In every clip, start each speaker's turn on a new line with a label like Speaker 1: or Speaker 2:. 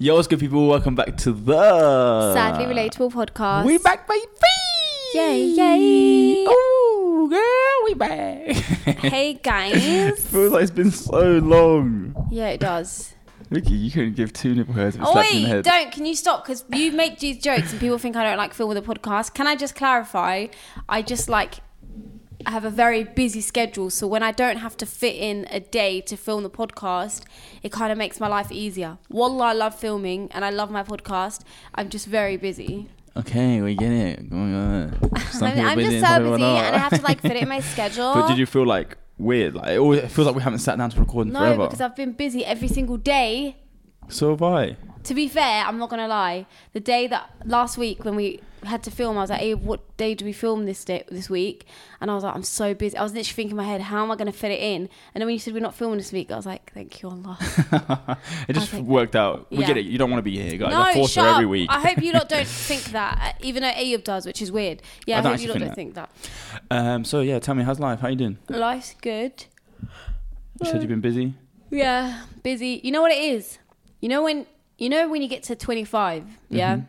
Speaker 1: Yo, what's good, people? Welcome back to the
Speaker 2: Sadly Relatable Podcast.
Speaker 1: Uh, We back, baby.
Speaker 2: Yay, yay.
Speaker 1: Ooh, girl, we back.
Speaker 2: Hey, guys.
Speaker 1: Feels like it's been so long.
Speaker 2: yeah, it does.
Speaker 1: Ricky, you couldn't give two nipple hairs if it
Speaker 2: Oh,
Speaker 1: slapped you in the
Speaker 2: wait,
Speaker 1: head.
Speaker 2: don't. Can you stop? Because you make these jokes and people think I don't like film with a podcast. Can I just clarify? I just like have a very busy schedule. So when I don't have to fit in a day to film the podcast, it kind of makes my life easier. Wallah, I love filming and I love my podcast. I'm just very busy.
Speaker 1: Okay, we get it. Going on. Some
Speaker 2: I'm,
Speaker 1: people
Speaker 2: I'm just
Speaker 1: and some
Speaker 2: so
Speaker 1: people
Speaker 2: busy
Speaker 1: not.
Speaker 2: and I have to like fit it in my schedule.
Speaker 1: but did you feel like weird? Like it, always, it feels like we haven't sat down to record in
Speaker 2: no,
Speaker 1: forever.
Speaker 2: because I've been busy every single day
Speaker 1: so have I.
Speaker 2: To be fair, I'm not gonna lie. The day that last week when we had to film, I was like, "Hey, what day do we film this day this week?" And I was like, "I'm so busy." I was literally thinking in my head, "How am I gonna fit it in?" And then when you said we're not filming this week, I was like, "Thank you, Allah."
Speaker 1: it just
Speaker 2: Okay.
Speaker 1: worked out. We
Speaker 2: Yeah.
Speaker 1: get it. You don't want to be here, guys.
Speaker 2: no,
Speaker 1: I force
Speaker 2: shut
Speaker 1: her
Speaker 2: up.
Speaker 1: every week.
Speaker 2: I hope you lot don't think that, even though Ayub does, which is weird. Yeah,
Speaker 1: I
Speaker 2: I,
Speaker 1: don't
Speaker 2: hope you lot don't
Speaker 1: actually
Speaker 2: think that.
Speaker 1: um, so yeah, tell me, how's life? How you doing?
Speaker 2: Life's good.
Speaker 1: You said you've been busy.
Speaker 2: Yeah, busy. You know what it is? You know when you know when you get to 25, yeah?
Speaker 1: Mm-hmm.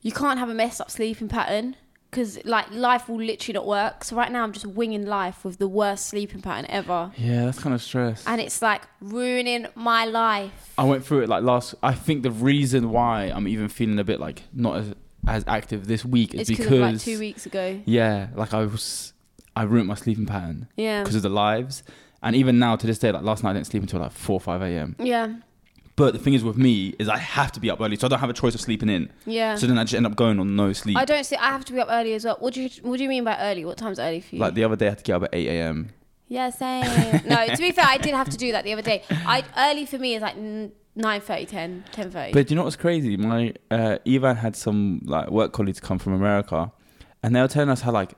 Speaker 2: You can't have a messed up sleeping pattern cuz like life will literally not work. So right now I'm just winging life with the worst sleeping pattern ever.
Speaker 1: Yeah, that's kind of stress.
Speaker 2: And it's like ruining my life.
Speaker 1: I went through it like last. I think the reason why I'm even feeling a bit like not as as active this week is
Speaker 2: It's
Speaker 1: because
Speaker 2: because of like 2 weeks ago.
Speaker 1: yeah, like I was I ruined my sleeping pattern
Speaker 2: Yeah.
Speaker 1: because of the lives, and even now to this day, like last night I didn't sleep until like four or five a.m.
Speaker 2: Yeah.
Speaker 1: But the thing is with me is I have to be up early, so I don't have a choice of sleeping in.
Speaker 2: Yeah.
Speaker 1: So then I just end up going on no sleep.
Speaker 2: Um. I don't see I have to be up early as well. What do you what do you mean by early? What time's early for you?
Speaker 1: Like the other day, I had to get up at eight a.m.
Speaker 2: yeah, same. no, to be fair, I did have to do that the other day. I early for me is like 9:30, 10, 10:30.
Speaker 1: But do you know what's crazy? My uh, Ivan had some like work colleagues come from America, and they were telling us how like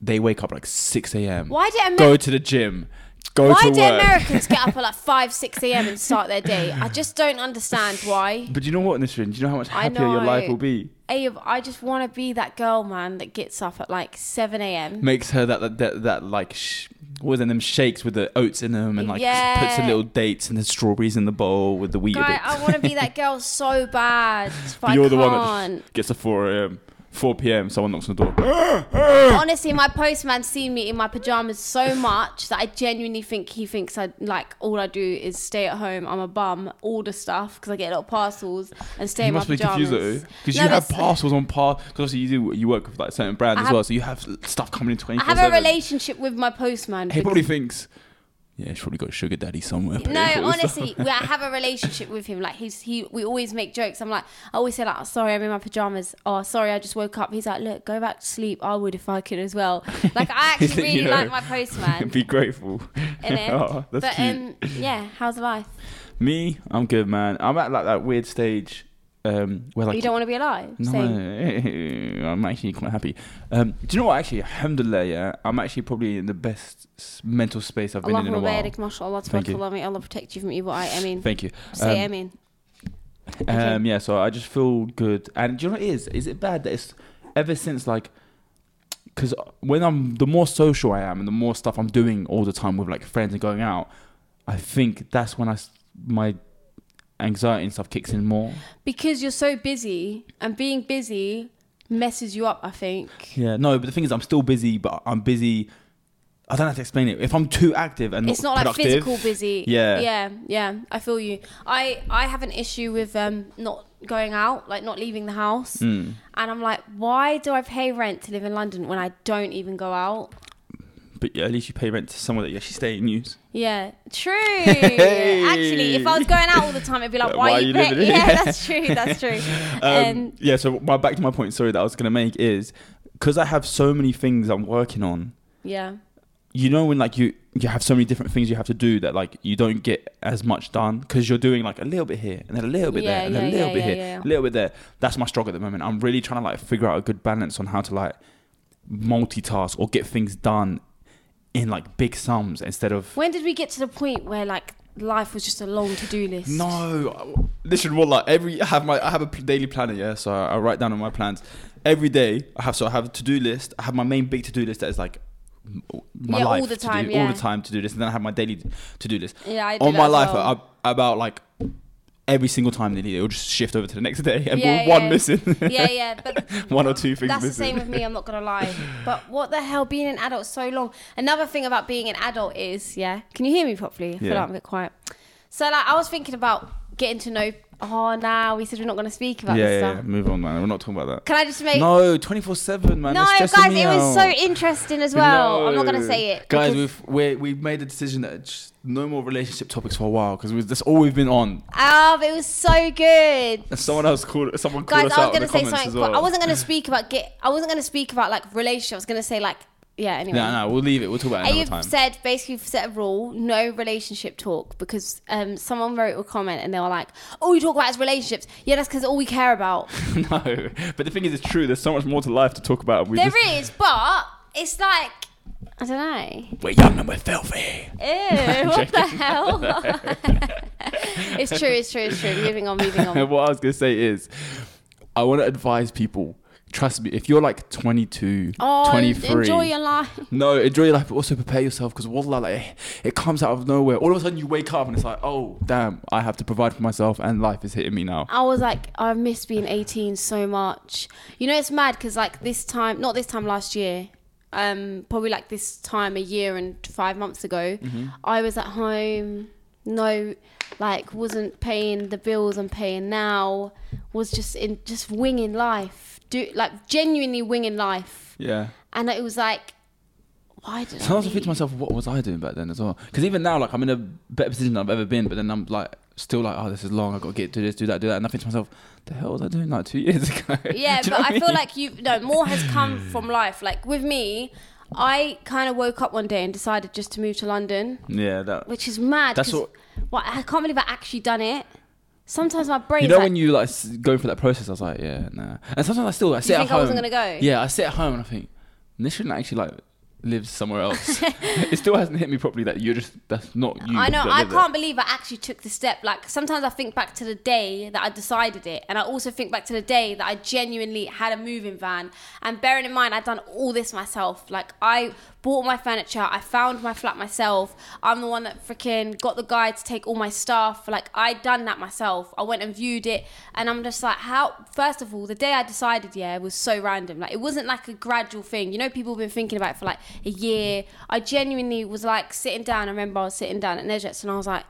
Speaker 1: they wake up like six a.m.
Speaker 2: Why do Amer-
Speaker 1: Go to the gym. Go
Speaker 2: why
Speaker 1: to
Speaker 2: do
Speaker 1: work.
Speaker 2: Americans get up at like 5, 6 a.m. and start their day? I just don't understand why.
Speaker 1: but do you know what, Nisrin? Do you know how much
Speaker 2: I
Speaker 1: happier your
Speaker 2: know.
Speaker 1: life will be?
Speaker 2: Ayub, I just want to be that girl, man, that gets up at like 7 a.m.
Speaker 1: Makes her that that that, that like sh- what was in them shakes with the oats in them and like
Speaker 2: Yeah.
Speaker 1: puts the little dates and the strawberries in the bowl with the wheat. in
Speaker 2: Guy,
Speaker 1: it.
Speaker 2: I want to be that girl so bad. But
Speaker 1: But you're
Speaker 2: I
Speaker 1: the
Speaker 2: can't.
Speaker 1: one that sh- gets to four a.m. Four p.m. Someone knocks on the door.
Speaker 2: Honestly, my postman's seen me in my pajamas so much that I genuinely think he thinks I like all I do is stay at home. I'm a bum, order stuff because I get a lot of parcels and stay
Speaker 1: You
Speaker 2: in my
Speaker 1: must be
Speaker 2: pajamas.
Speaker 1: confused though, because
Speaker 2: No,
Speaker 1: you have
Speaker 2: it's-
Speaker 1: parcels on par. Because obviously you do, you work with like certain brands
Speaker 2: I
Speaker 1: as
Speaker 2: have-
Speaker 1: well, so you have stuff coming in twenty
Speaker 2: I
Speaker 1: four
Speaker 2: have a
Speaker 1: seven.
Speaker 2: relationship with my postman.
Speaker 1: He
Speaker 2: because-
Speaker 1: probably thinks, yeah, he's probably got sugar daddy somewhere.
Speaker 2: No,
Speaker 1: paying for this stuff."
Speaker 2: honestly, we, I have a relationship with him. Like he's he, we always make jokes. I'm like, I always say like, oh, sorry, I'm in my pajamas. Oh, sorry, I just woke up. He's like, look, go back to sleep. I would if I could as well. Like I
Speaker 1: You
Speaker 2: actually
Speaker 1: think you
Speaker 2: really
Speaker 1: know.
Speaker 2: like my postman.
Speaker 1: be grateful.
Speaker 2: innit?
Speaker 1: Oh, that's
Speaker 2: but
Speaker 1: cute.
Speaker 2: um, yeah, how's life?
Speaker 1: Me, I'm good, man. I'm at like that weird stage um, where like
Speaker 2: you don't want to be alive.
Speaker 1: No,
Speaker 2: Same.
Speaker 1: I'm actually quite happy. Um, do you know what? Actually, alhamdulillah, yeah, I'm actually probably in the best s- mental space I've been in in a
Speaker 2: Allahumma
Speaker 1: while.
Speaker 2: barik, mashallah,
Speaker 1: Thank you.
Speaker 2: tabarakallah, may Allah protect you from evil eye. I mean,
Speaker 1: Thank you.
Speaker 2: say
Speaker 1: Um,
Speaker 2: I mean. Okay.
Speaker 1: Um, yeah, so I just feel good. And do you know what it is? Is it bad that it's ever since like, because when I'm the more social I am and the more stuff I'm doing all the time with like friends and going out, I think that's when I s- my anxiety and stuff kicks in more.
Speaker 2: Because you're so busy and being busy messes you up, I think.
Speaker 1: Yeah, no, but the thing is, I'm still busy, but I'm busy. I don't have to explain it. If I'm too active and
Speaker 2: it's not like
Speaker 1: productive,
Speaker 2: physical busy
Speaker 1: Yeah.
Speaker 2: yeah yeah i feel you i i have an issue with um not going out like not leaving the house
Speaker 1: Hmm.
Speaker 2: and i'm like why do i pay rent to live in london when i don't even go out
Speaker 1: But yeah, at least you pay rent to someone that you actually stay in use.
Speaker 2: yeah true actually if i was going out all the time it'd be like why, are you, pay-
Speaker 1: living here?
Speaker 2: yeah that's true that's true
Speaker 1: Um,
Speaker 2: um,
Speaker 1: yeah, so my, back to my point, sorry, that I was going to make is because I have so many things I'm working on.
Speaker 2: yeah
Speaker 1: You know when like you you have so many different things you have to do that like you don't get as much done because you're doing like a little bit here and then a little bit
Speaker 2: Yeah,
Speaker 1: there and then a
Speaker 2: yeah,
Speaker 1: little
Speaker 2: yeah,
Speaker 1: bit
Speaker 2: yeah,
Speaker 1: here,
Speaker 2: yeah.
Speaker 1: a little bit there. That's my struggle at the moment. I'm really trying to like figure out a good balance on how to like multitask or get things done in like big sums instead of
Speaker 2: when did we get to the point where like life was just a long to-do list
Speaker 1: No, listen. What like every I have my I have a p- daily planner. Yeah, so I, I write down all my plans every day. I have so I have a to do list. I have my main big to do list that is like m- my
Speaker 2: Yeah, all
Speaker 1: life
Speaker 2: the
Speaker 1: to
Speaker 2: time,
Speaker 1: do, all
Speaker 2: yeah.
Speaker 1: the time to do this, and then I have my daily to do list.
Speaker 2: yeah I do
Speaker 1: On
Speaker 2: that
Speaker 1: my
Speaker 2: as
Speaker 1: life,
Speaker 2: well.
Speaker 1: I, about like every single time they need it. It'll just shift over to the next day and
Speaker 2: Yeah,
Speaker 1: one
Speaker 2: yeah.
Speaker 1: missing.
Speaker 2: yeah, yeah, but
Speaker 1: one or two things
Speaker 2: that's the
Speaker 1: missing.
Speaker 2: same with me. I'm not gonna lie. But what the hell, being an adult so long. Another thing about being an adult is, yeah. Can you hear me properly? I feel
Speaker 1: Yeah.
Speaker 2: like I'm a bit quiet. So like, I was thinking about getting to know. Oh, now we said we're not gonna speak about
Speaker 1: yeah,
Speaker 2: this
Speaker 1: yeah,
Speaker 2: stuff.
Speaker 1: yeah. Move on, man. We're not talking about that.
Speaker 2: Can I just make?
Speaker 1: no, twenty four seven, man.
Speaker 2: No,
Speaker 1: It's
Speaker 2: guys,
Speaker 1: stressing me
Speaker 2: it was so
Speaker 1: out.
Speaker 2: interesting as well. I'm not gonna
Speaker 1: No.
Speaker 2: say it,
Speaker 1: guys.
Speaker 2: because-
Speaker 1: We've we're, we've made a decision that just no more relationship topics for a while because that's all we've been on.
Speaker 2: Ah, but it was so good.
Speaker 1: And someone else called someone called
Speaker 2: Guys,
Speaker 1: us
Speaker 2: I was
Speaker 1: out in
Speaker 2: gonna
Speaker 1: the
Speaker 2: say
Speaker 1: comments
Speaker 2: something.
Speaker 1: as
Speaker 2: quite-
Speaker 1: well.
Speaker 2: I wasn't gonna speak about get. I wasn't gonna speak about like relationship. I was gonna say like, yeah. Anyway,
Speaker 1: No, no, we'll leave it. We'll talk about it
Speaker 2: You've
Speaker 1: another time.
Speaker 2: said basically you've set a rule, no relationship talk, because um, someone wrote a comment and they were like, "All you talk about is relationships." Yeah, that's because all we care about.
Speaker 1: no, but the thing is, it's true. There's so much more to life to talk about. We
Speaker 2: there
Speaker 1: just,
Speaker 2: is, but it's like I don't know.
Speaker 1: we're young and we're filthy.
Speaker 2: Ew, what the hell? it's true. It's true. It's true. Moving on. Moving on.
Speaker 1: And what I was gonna say is, I want to advise people. Trust me, if you're like 22,
Speaker 2: Oh,
Speaker 1: 23,
Speaker 2: enjoy your life.
Speaker 1: No, enjoy your life, but also prepare yourself because wallah, like, it comes out of nowhere. All of a sudden, you wake up and it's like, oh, damn, I have to provide for myself, and life is hitting me now.
Speaker 2: I was like, I miss being 18 so much. You know, it's mad because like this time, not this time last year, um, probably like this time a year and five months ago, I was at home. No, like wasn't paying the bills I'm paying now. Was just in just winging life. Do like genuinely winging life,
Speaker 1: Yeah.
Speaker 2: and it was like, why did I?
Speaker 1: Sometimes I think to
Speaker 2: leave?
Speaker 1: myself, what was I doing back then as well? Because even now, like, I'm in a better position than I've ever been, but then I'm like, still like, oh, this is long. I've got to get to this, do that, do that. And I think to myself, the hell was I doing like two years ago?
Speaker 2: Yeah,
Speaker 1: Do you know
Speaker 2: but
Speaker 1: what
Speaker 2: I feel
Speaker 1: mean?
Speaker 2: like you no more has come from life. Like with me, I kind of woke up one day and decided just to move to London,
Speaker 1: Yeah, that.
Speaker 2: which is mad.
Speaker 1: That's
Speaker 2: 'cause-
Speaker 1: what-
Speaker 2: Well, I can't believe I actually done it. Sometimes my brain.
Speaker 1: You know
Speaker 2: like,
Speaker 1: when you like s- go through that process, I was like, yeah, nah. And sometimes I still I sit
Speaker 2: think
Speaker 1: at
Speaker 2: I
Speaker 1: home.
Speaker 2: wasn't gonna go?
Speaker 1: Yeah, I sit at home and I think this shouldn't actually like live somewhere else. it still hasn't hit me properly that you're just that's not you.
Speaker 2: I know.
Speaker 1: that
Speaker 2: I
Speaker 1: live there.
Speaker 2: can't believe I actually took the step. Like sometimes I think back to the day that I decided it, and I also think back to the day that I genuinely had a moving van. And bearing in mind, I'd done all this myself. Like I bought my furniture, I found my flat myself. I'm the one that freaking got the guy to take all my stuff. Like I done that myself. I went and viewed it, and I'm just like, how? First of all, the day I decided, yeah, was so random. Like it wasn't like a gradual thing. You know, people have been thinking about it for like a year. I genuinely was like sitting down. I remember I was sitting down at Nejets, and I was like.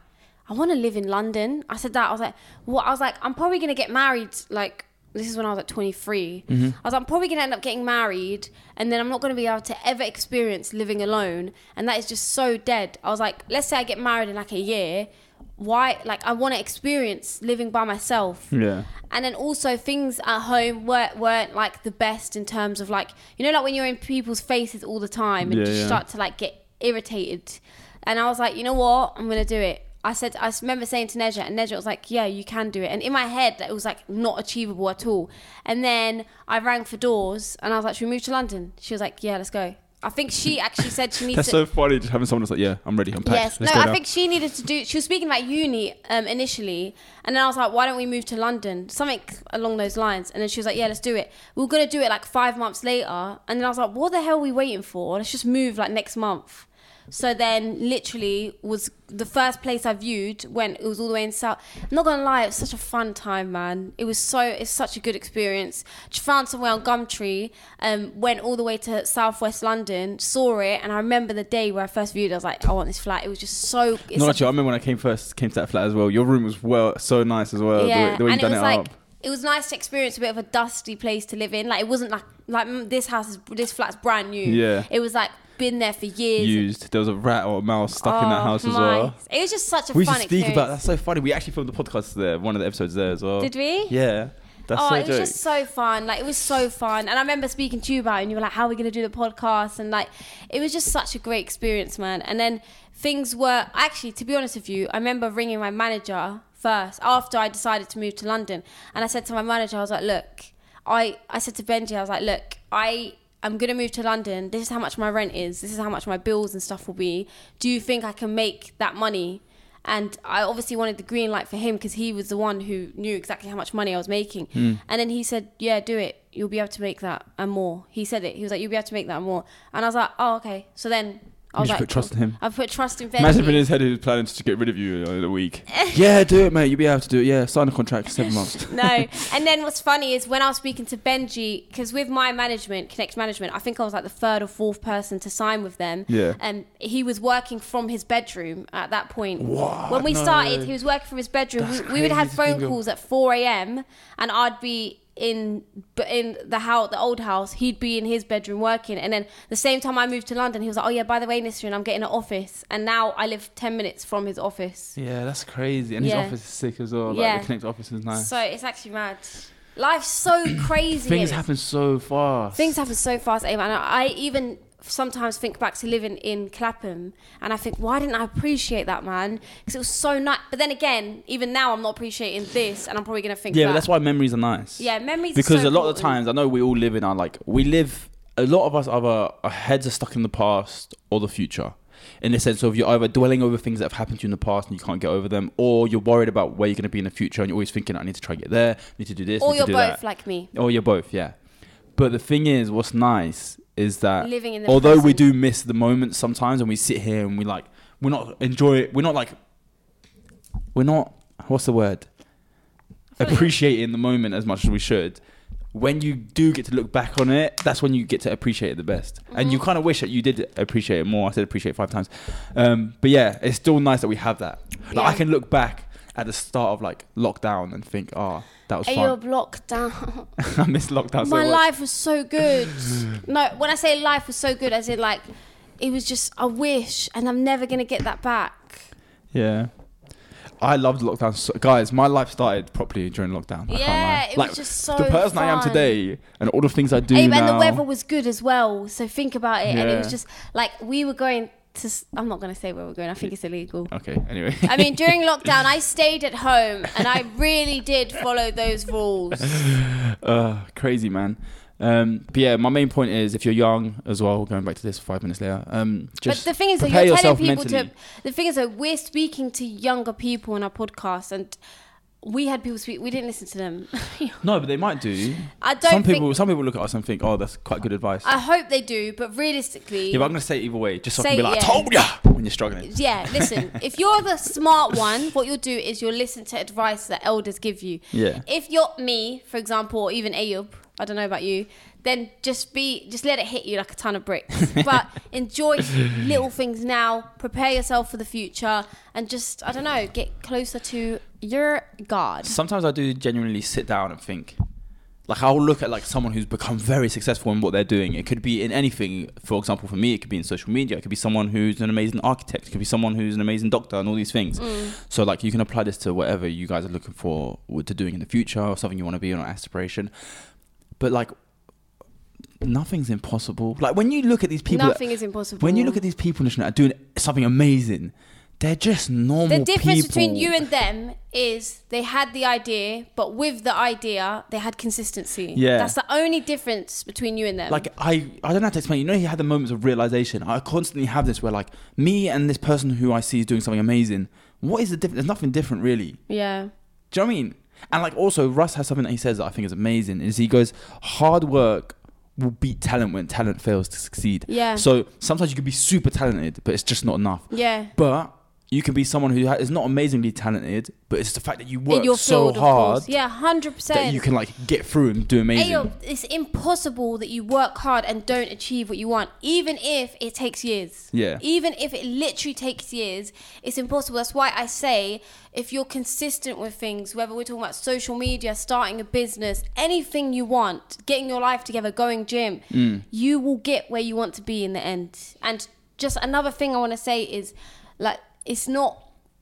Speaker 2: I want to live in London. I said that. I was like, what? I was like, I'm probably going to get married. Like, this is when I was like 23. I was like, I'm probably going to end up getting married and then I'm not going to be able to ever experience living alone. And that is just so dead. I was like, let's say I get married in like a year. Why? Like, I want to experience living by myself
Speaker 1: Yeah.
Speaker 2: and then also things at home weren't, weren't like the best in terms of like you know like when you're in people's faces all the time and
Speaker 1: Yeah,
Speaker 2: just
Speaker 1: yeah.
Speaker 2: start to like get irritated and i was like you know what i'm gonna do it i said i remember saying to neja and neja was like yeah you can do it and in my head it was like not achievable at all and then i rang for doors and i was like should we move to london she was like yeah let's go i think she actually said she needs
Speaker 1: That's
Speaker 2: to
Speaker 1: so funny. Just having someone that's like, yeah, I'm ready. I'm packed.
Speaker 2: Yes,
Speaker 1: Let's
Speaker 2: no,
Speaker 1: go
Speaker 2: I
Speaker 1: now.
Speaker 2: think she needed to do. She was speaking about uni um, initially, and then I was like, "Why don't we move to London?" Something along those lines. And then she was like, "Yeah, let's do it." We were gonna do it like five months later, and then I was like, "What the hell are we waiting for? Let's just move like next month." So then, literally, was the first place I viewed when it was all the way in South. I'm not gonna lie, it was such a fun time, man. It was so, it's such a good experience. Just found somewhere on Gumtree, um, went all the way to Southwest London, saw it, and I remember the day where I first viewed. it, I was like, I want this flat. It was just so. It's
Speaker 1: No, actually, I remember when I came first came to that flat as well. Your room was well so nice as well. the way, the way you
Speaker 2: and it
Speaker 1: done
Speaker 2: was
Speaker 1: it,
Speaker 2: like
Speaker 1: up.
Speaker 2: it was nice to experience a bit of a dusty place to live in. Like it wasn't like like mm, this house is this flat's brand new.
Speaker 1: Yeah.
Speaker 2: it was like been there for years.
Speaker 1: Used. There was a rat or a mouse stuck in that
Speaker 2: Oh,
Speaker 1: house as
Speaker 2: my.
Speaker 1: well.
Speaker 2: It was just such a
Speaker 1: We
Speaker 2: fun
Speaker 1: should speak
Speaker 2: experience.
Speaker 1: about that's so funny. We actually filmed the podcast there, one of the episodes there as well.
Speaker 2: Did we?
Speaker 1: Yeah. That's
Speaker 2: oh,
Speaker 1: so
Speaker 2: it was
Speaker 1: dope.
Speaker 2: just so fun. Like it was so fun, and I remember speaking to you about, it and you were like, "How are we going to do the podcast?" And like, it was just such a great experience, man. And then things were actually, to be honest with you, I remember ringing my manager first after I decided to move to London, and I said to my manager, I was like, "Look, I," I said to Benji, I was like, "Look, I." I'm gonna move to London. This is how much my rent is. This is how much my bills and stuff will be. Do you think I can make that money? And I obviously wanted the green light for him because he was the one who knew exactly how much money I was making.
Speaker 1: Hmm.
Speaker 2: And then he said, Yeah, do it. You'll be able to make that and more. He said it. He was like, You'll be able to make that and more. And I was like, Oh, okay. So then I was
Speaker 1: should
Speaker 2: like,
Speaker 1: put trust in him.
Speaker 2: I put trust in
Speaker 1: Imagine if in
Speaker 2: Benji.
Speaker 1: his head he was planning to get rid of you in a week. yeah, do it, mate. You'll be able to do it. Yeah, sign a contract, seven months.
Speaker 2: no. And then what's funny is when I was speaking to Benji, because with my management, Connect Management, I think I was like the third or fourth person to sign with them.
Speaker 1: Yeah.
Speaker 2: And he was working from his bedroom at that point.
Speaker 1: What?
Speaker 2: When we
Speaker 1: No.
Speaker 2: started, he was working from his bedroom. We,
Speaker 1: That's
Speaker 2: we would have
Speaker 1: crazy to
Speaker 2: phone
Speaker 1: think of.
Speaker 2: calls at 4 a.m. and I'd be in but in the house the old house he'd be in his bedroom working and then the same time I moved to London he was like oh yeah by the way Nisreen I'm getting an office and now I live 10 minutes from his office
Speaker 1: Yeah, that's crazy. And
Speaker 2: Yeah.
Speaker 1: his office is sick as well. Like
Speaker 2: Yeah.
Speaker 1: the Connect office is nice.
Speaker 2: so it's actually mad life's so crazy
Speaker 1: Things
Speaker 2: It's-
Speaker 1: happen so fast.
Speaker 2: Things happen so fast, Ava. And I even sometimes think back to living in Clapham and I think, why didn't I appreciate that, man? Because it was so nice. But then again, even now, I'm not appreciating this and I'm probably going to think
Speaker 1: Yeah,
Speaker 2: that.
Speaker 1: but that's why memories are nice.
Speaker 2: Yeah, memories are
Speaker 1: Because
Speaker 2: so
Speaker 1: a lot of
Speaker 2: important.
Speaker 1: the times, I know we all live in our like we live. A lot of us either our heads are stuck in the past or the future, in the sense of you're either dwelling over things that have happened to you in the past and you can't get over them, or you're worried about where you're going to be in the future and you're always thinking, I need to try and get there, I need to do this,
Speaker 2: Or
Speaker 1: need
Speaker 2: you're
Speaker 1: to do
Speaker 2: both
Speaker 1: that.
Speaker 2: like me.
Speaker 1: Or you're both, yeah. But the thing is, what's nice is that
Speaker 2: Living in the
Speaker 1: although we
Speaker 2: present.
Speaker 1: do miss the moment sometimes, and we sit here and we like we're not enjoy it. We're not like we're not what's the word
Speaker 2: feel like-
Speaker 1: appreciating the moment as much as we should. When you do get to look back on it, that's when you get to appreciate it the best, and
Speaker 2: Mm-hmm.
Speaker 1: you kind of wish that you did appreciate it more. I said appreciate it five times, um, but yeah, it's still nice that we have that. Like I
Speaker 2: Yeah.
Speaker 1: can look back at the start of like lockdown and think, oh, that was
Speaker 2: Hey,
Speaker 1: fun.
Speaker 2: you're blocked down.
Speaker 1: I miss lockdown so
Speaker 2: My
Speaker 1: much.
Speaker 2: life was so good. no, when I say life was so good, as in like, it was just a wish and I'm never going to get that back.
Speaker 1: Yeah. I loved lockdown. So, guys, my life started properly during lockdown. I can't
Speaker 2: Yeah,
Speaker 1: lie.
Speaker 2: it was
Speaker 1: like,
Speaker 2: just so
Speaker 1: The person I am
Speaker 2: fun.
Speaker 1: today and all the things I do
Speaker 2: Hey,
Speaker 1: now.
Speaker 2: and the weather was good as well. So think about it. And it was
Speaker 1: Yeah.
Speaker 2: just like we were going to. s- I'm not going to say where we're going. I think it's illegal.
Speaker 1: okay, anyway.
Speaker 2: I mean, during lockdown, I stayed at home and I really did follow those rules.
Speaker 1: uh, crazy, man. Um, but yeah, my main point is if you're young as well, going back to this five minutes later, um,
Speaker 2: But
Speaker 1: just
Speaker 2: the thing is, that
Speaker 1: prepare
Speaker 2: you're telling
Speaker 1: yourself
Speaker 2: people
Speaker 1: mentally.
Speaker 2: to. The thing is that we're speaking to younger people in our podcast, and we had people speak. We didn't listen to them.
Speaker 1: No, but they might do.
Speaker 2: I don't
Speaker 1: some
Speaker 2: think-
Speaker 1: people some people look at us and think, oh, that's quite good advice.
Speaker 2: I hope they do, but realistically,
Speaker 1: yeah, but I'm going to say it either way, just so I
Speaker 2: Say
Speaker 1: can be
Speaker 2: it,
Speaker 1: like,
Speaker 2: yeah.
Speaker 1: I told ya! When you're struggling.
Speaker 2: Yeah, listen, if you're the smart one, what you'll do is you'll listen to advice that elders give you.
Speaker 1: Yeah.
Speaker 2: If you're me, for example, or even Ayub, I don't know about you, then just be just let it hit you like a ton of bricks. but enjoy little things now, prepare yourself for the future and just I don't know, get closer to your God.
Speaker 1: sometimes I do genuinely sit down and think. Like I'll look at like someone who's become very successful in what they're doing. It could be in anything. For example, for me, it could be in social media. It could be someone who's an amazing architect. It could be someone who's an amazing doctor and all these things.
Speaker 2: Mm.
Speaker 1: So like you can apply this to whatever you guys are looking for to doing in the future or something you want to be on an aspiration. But like nothing's impossible. Like when you look at these people,
Speaker 2: Nothing is impossible.
Speaker 1: when you look at these people that are doing something amazing, they're just normal.
Speaker 2: the difference
Speaker 1: people.
Speaker 2: between you and them is they had the idea, but with the idea, they had consistency.
Speaker 1: Yeah.
Speaker 2: That's the only difference between you and them.
Speaker 1: like I, I don't have to explain. You know, he had the moments of realization. I constantly have this where like me and this person who I see is doing something amazing. What is the difference? There's nothing different really.
Speaker 2: yeah.
Speaker 1: Do you know what I mean? And like also, Russ has something that he says that I think is amazing. Is he goes, hard work will beat talent when talent fails to succeed.
Speaker 2: Yeah.
Speaker 1: So sometimes you could be super talented, but it's just not enough.
Speaker 2: Yeah.
Speaker 1: But you can be someone who ha- is not amazingly talented, but it's the fact that you
Speaker 2: In
Speaker 1: work
Speaker 2: your
Speaker 1: so
Speaker 2: field, of course.
Speaker 1: hard
Speaker 2: Yeah, hundred
Speaker 1: that you
Speaker 2: percent.
Speaker 1: can like get through and do amazing.
Speaker 2: Ayo, it's impossible that you work hard and don't achieve what you want, even if it takes years.
Speaker 1: Yeah.
Speaker 2: Even if it literally takes years, it's impossible. That's why I say if you're consistent with things, whether we're talking about social media, starting a business, anything you want, getting your life together, going gym,
Speaker 1: Mm.
Speaker 2: you will get where you want to be in the end. And just another thing I want to say is like, it's not,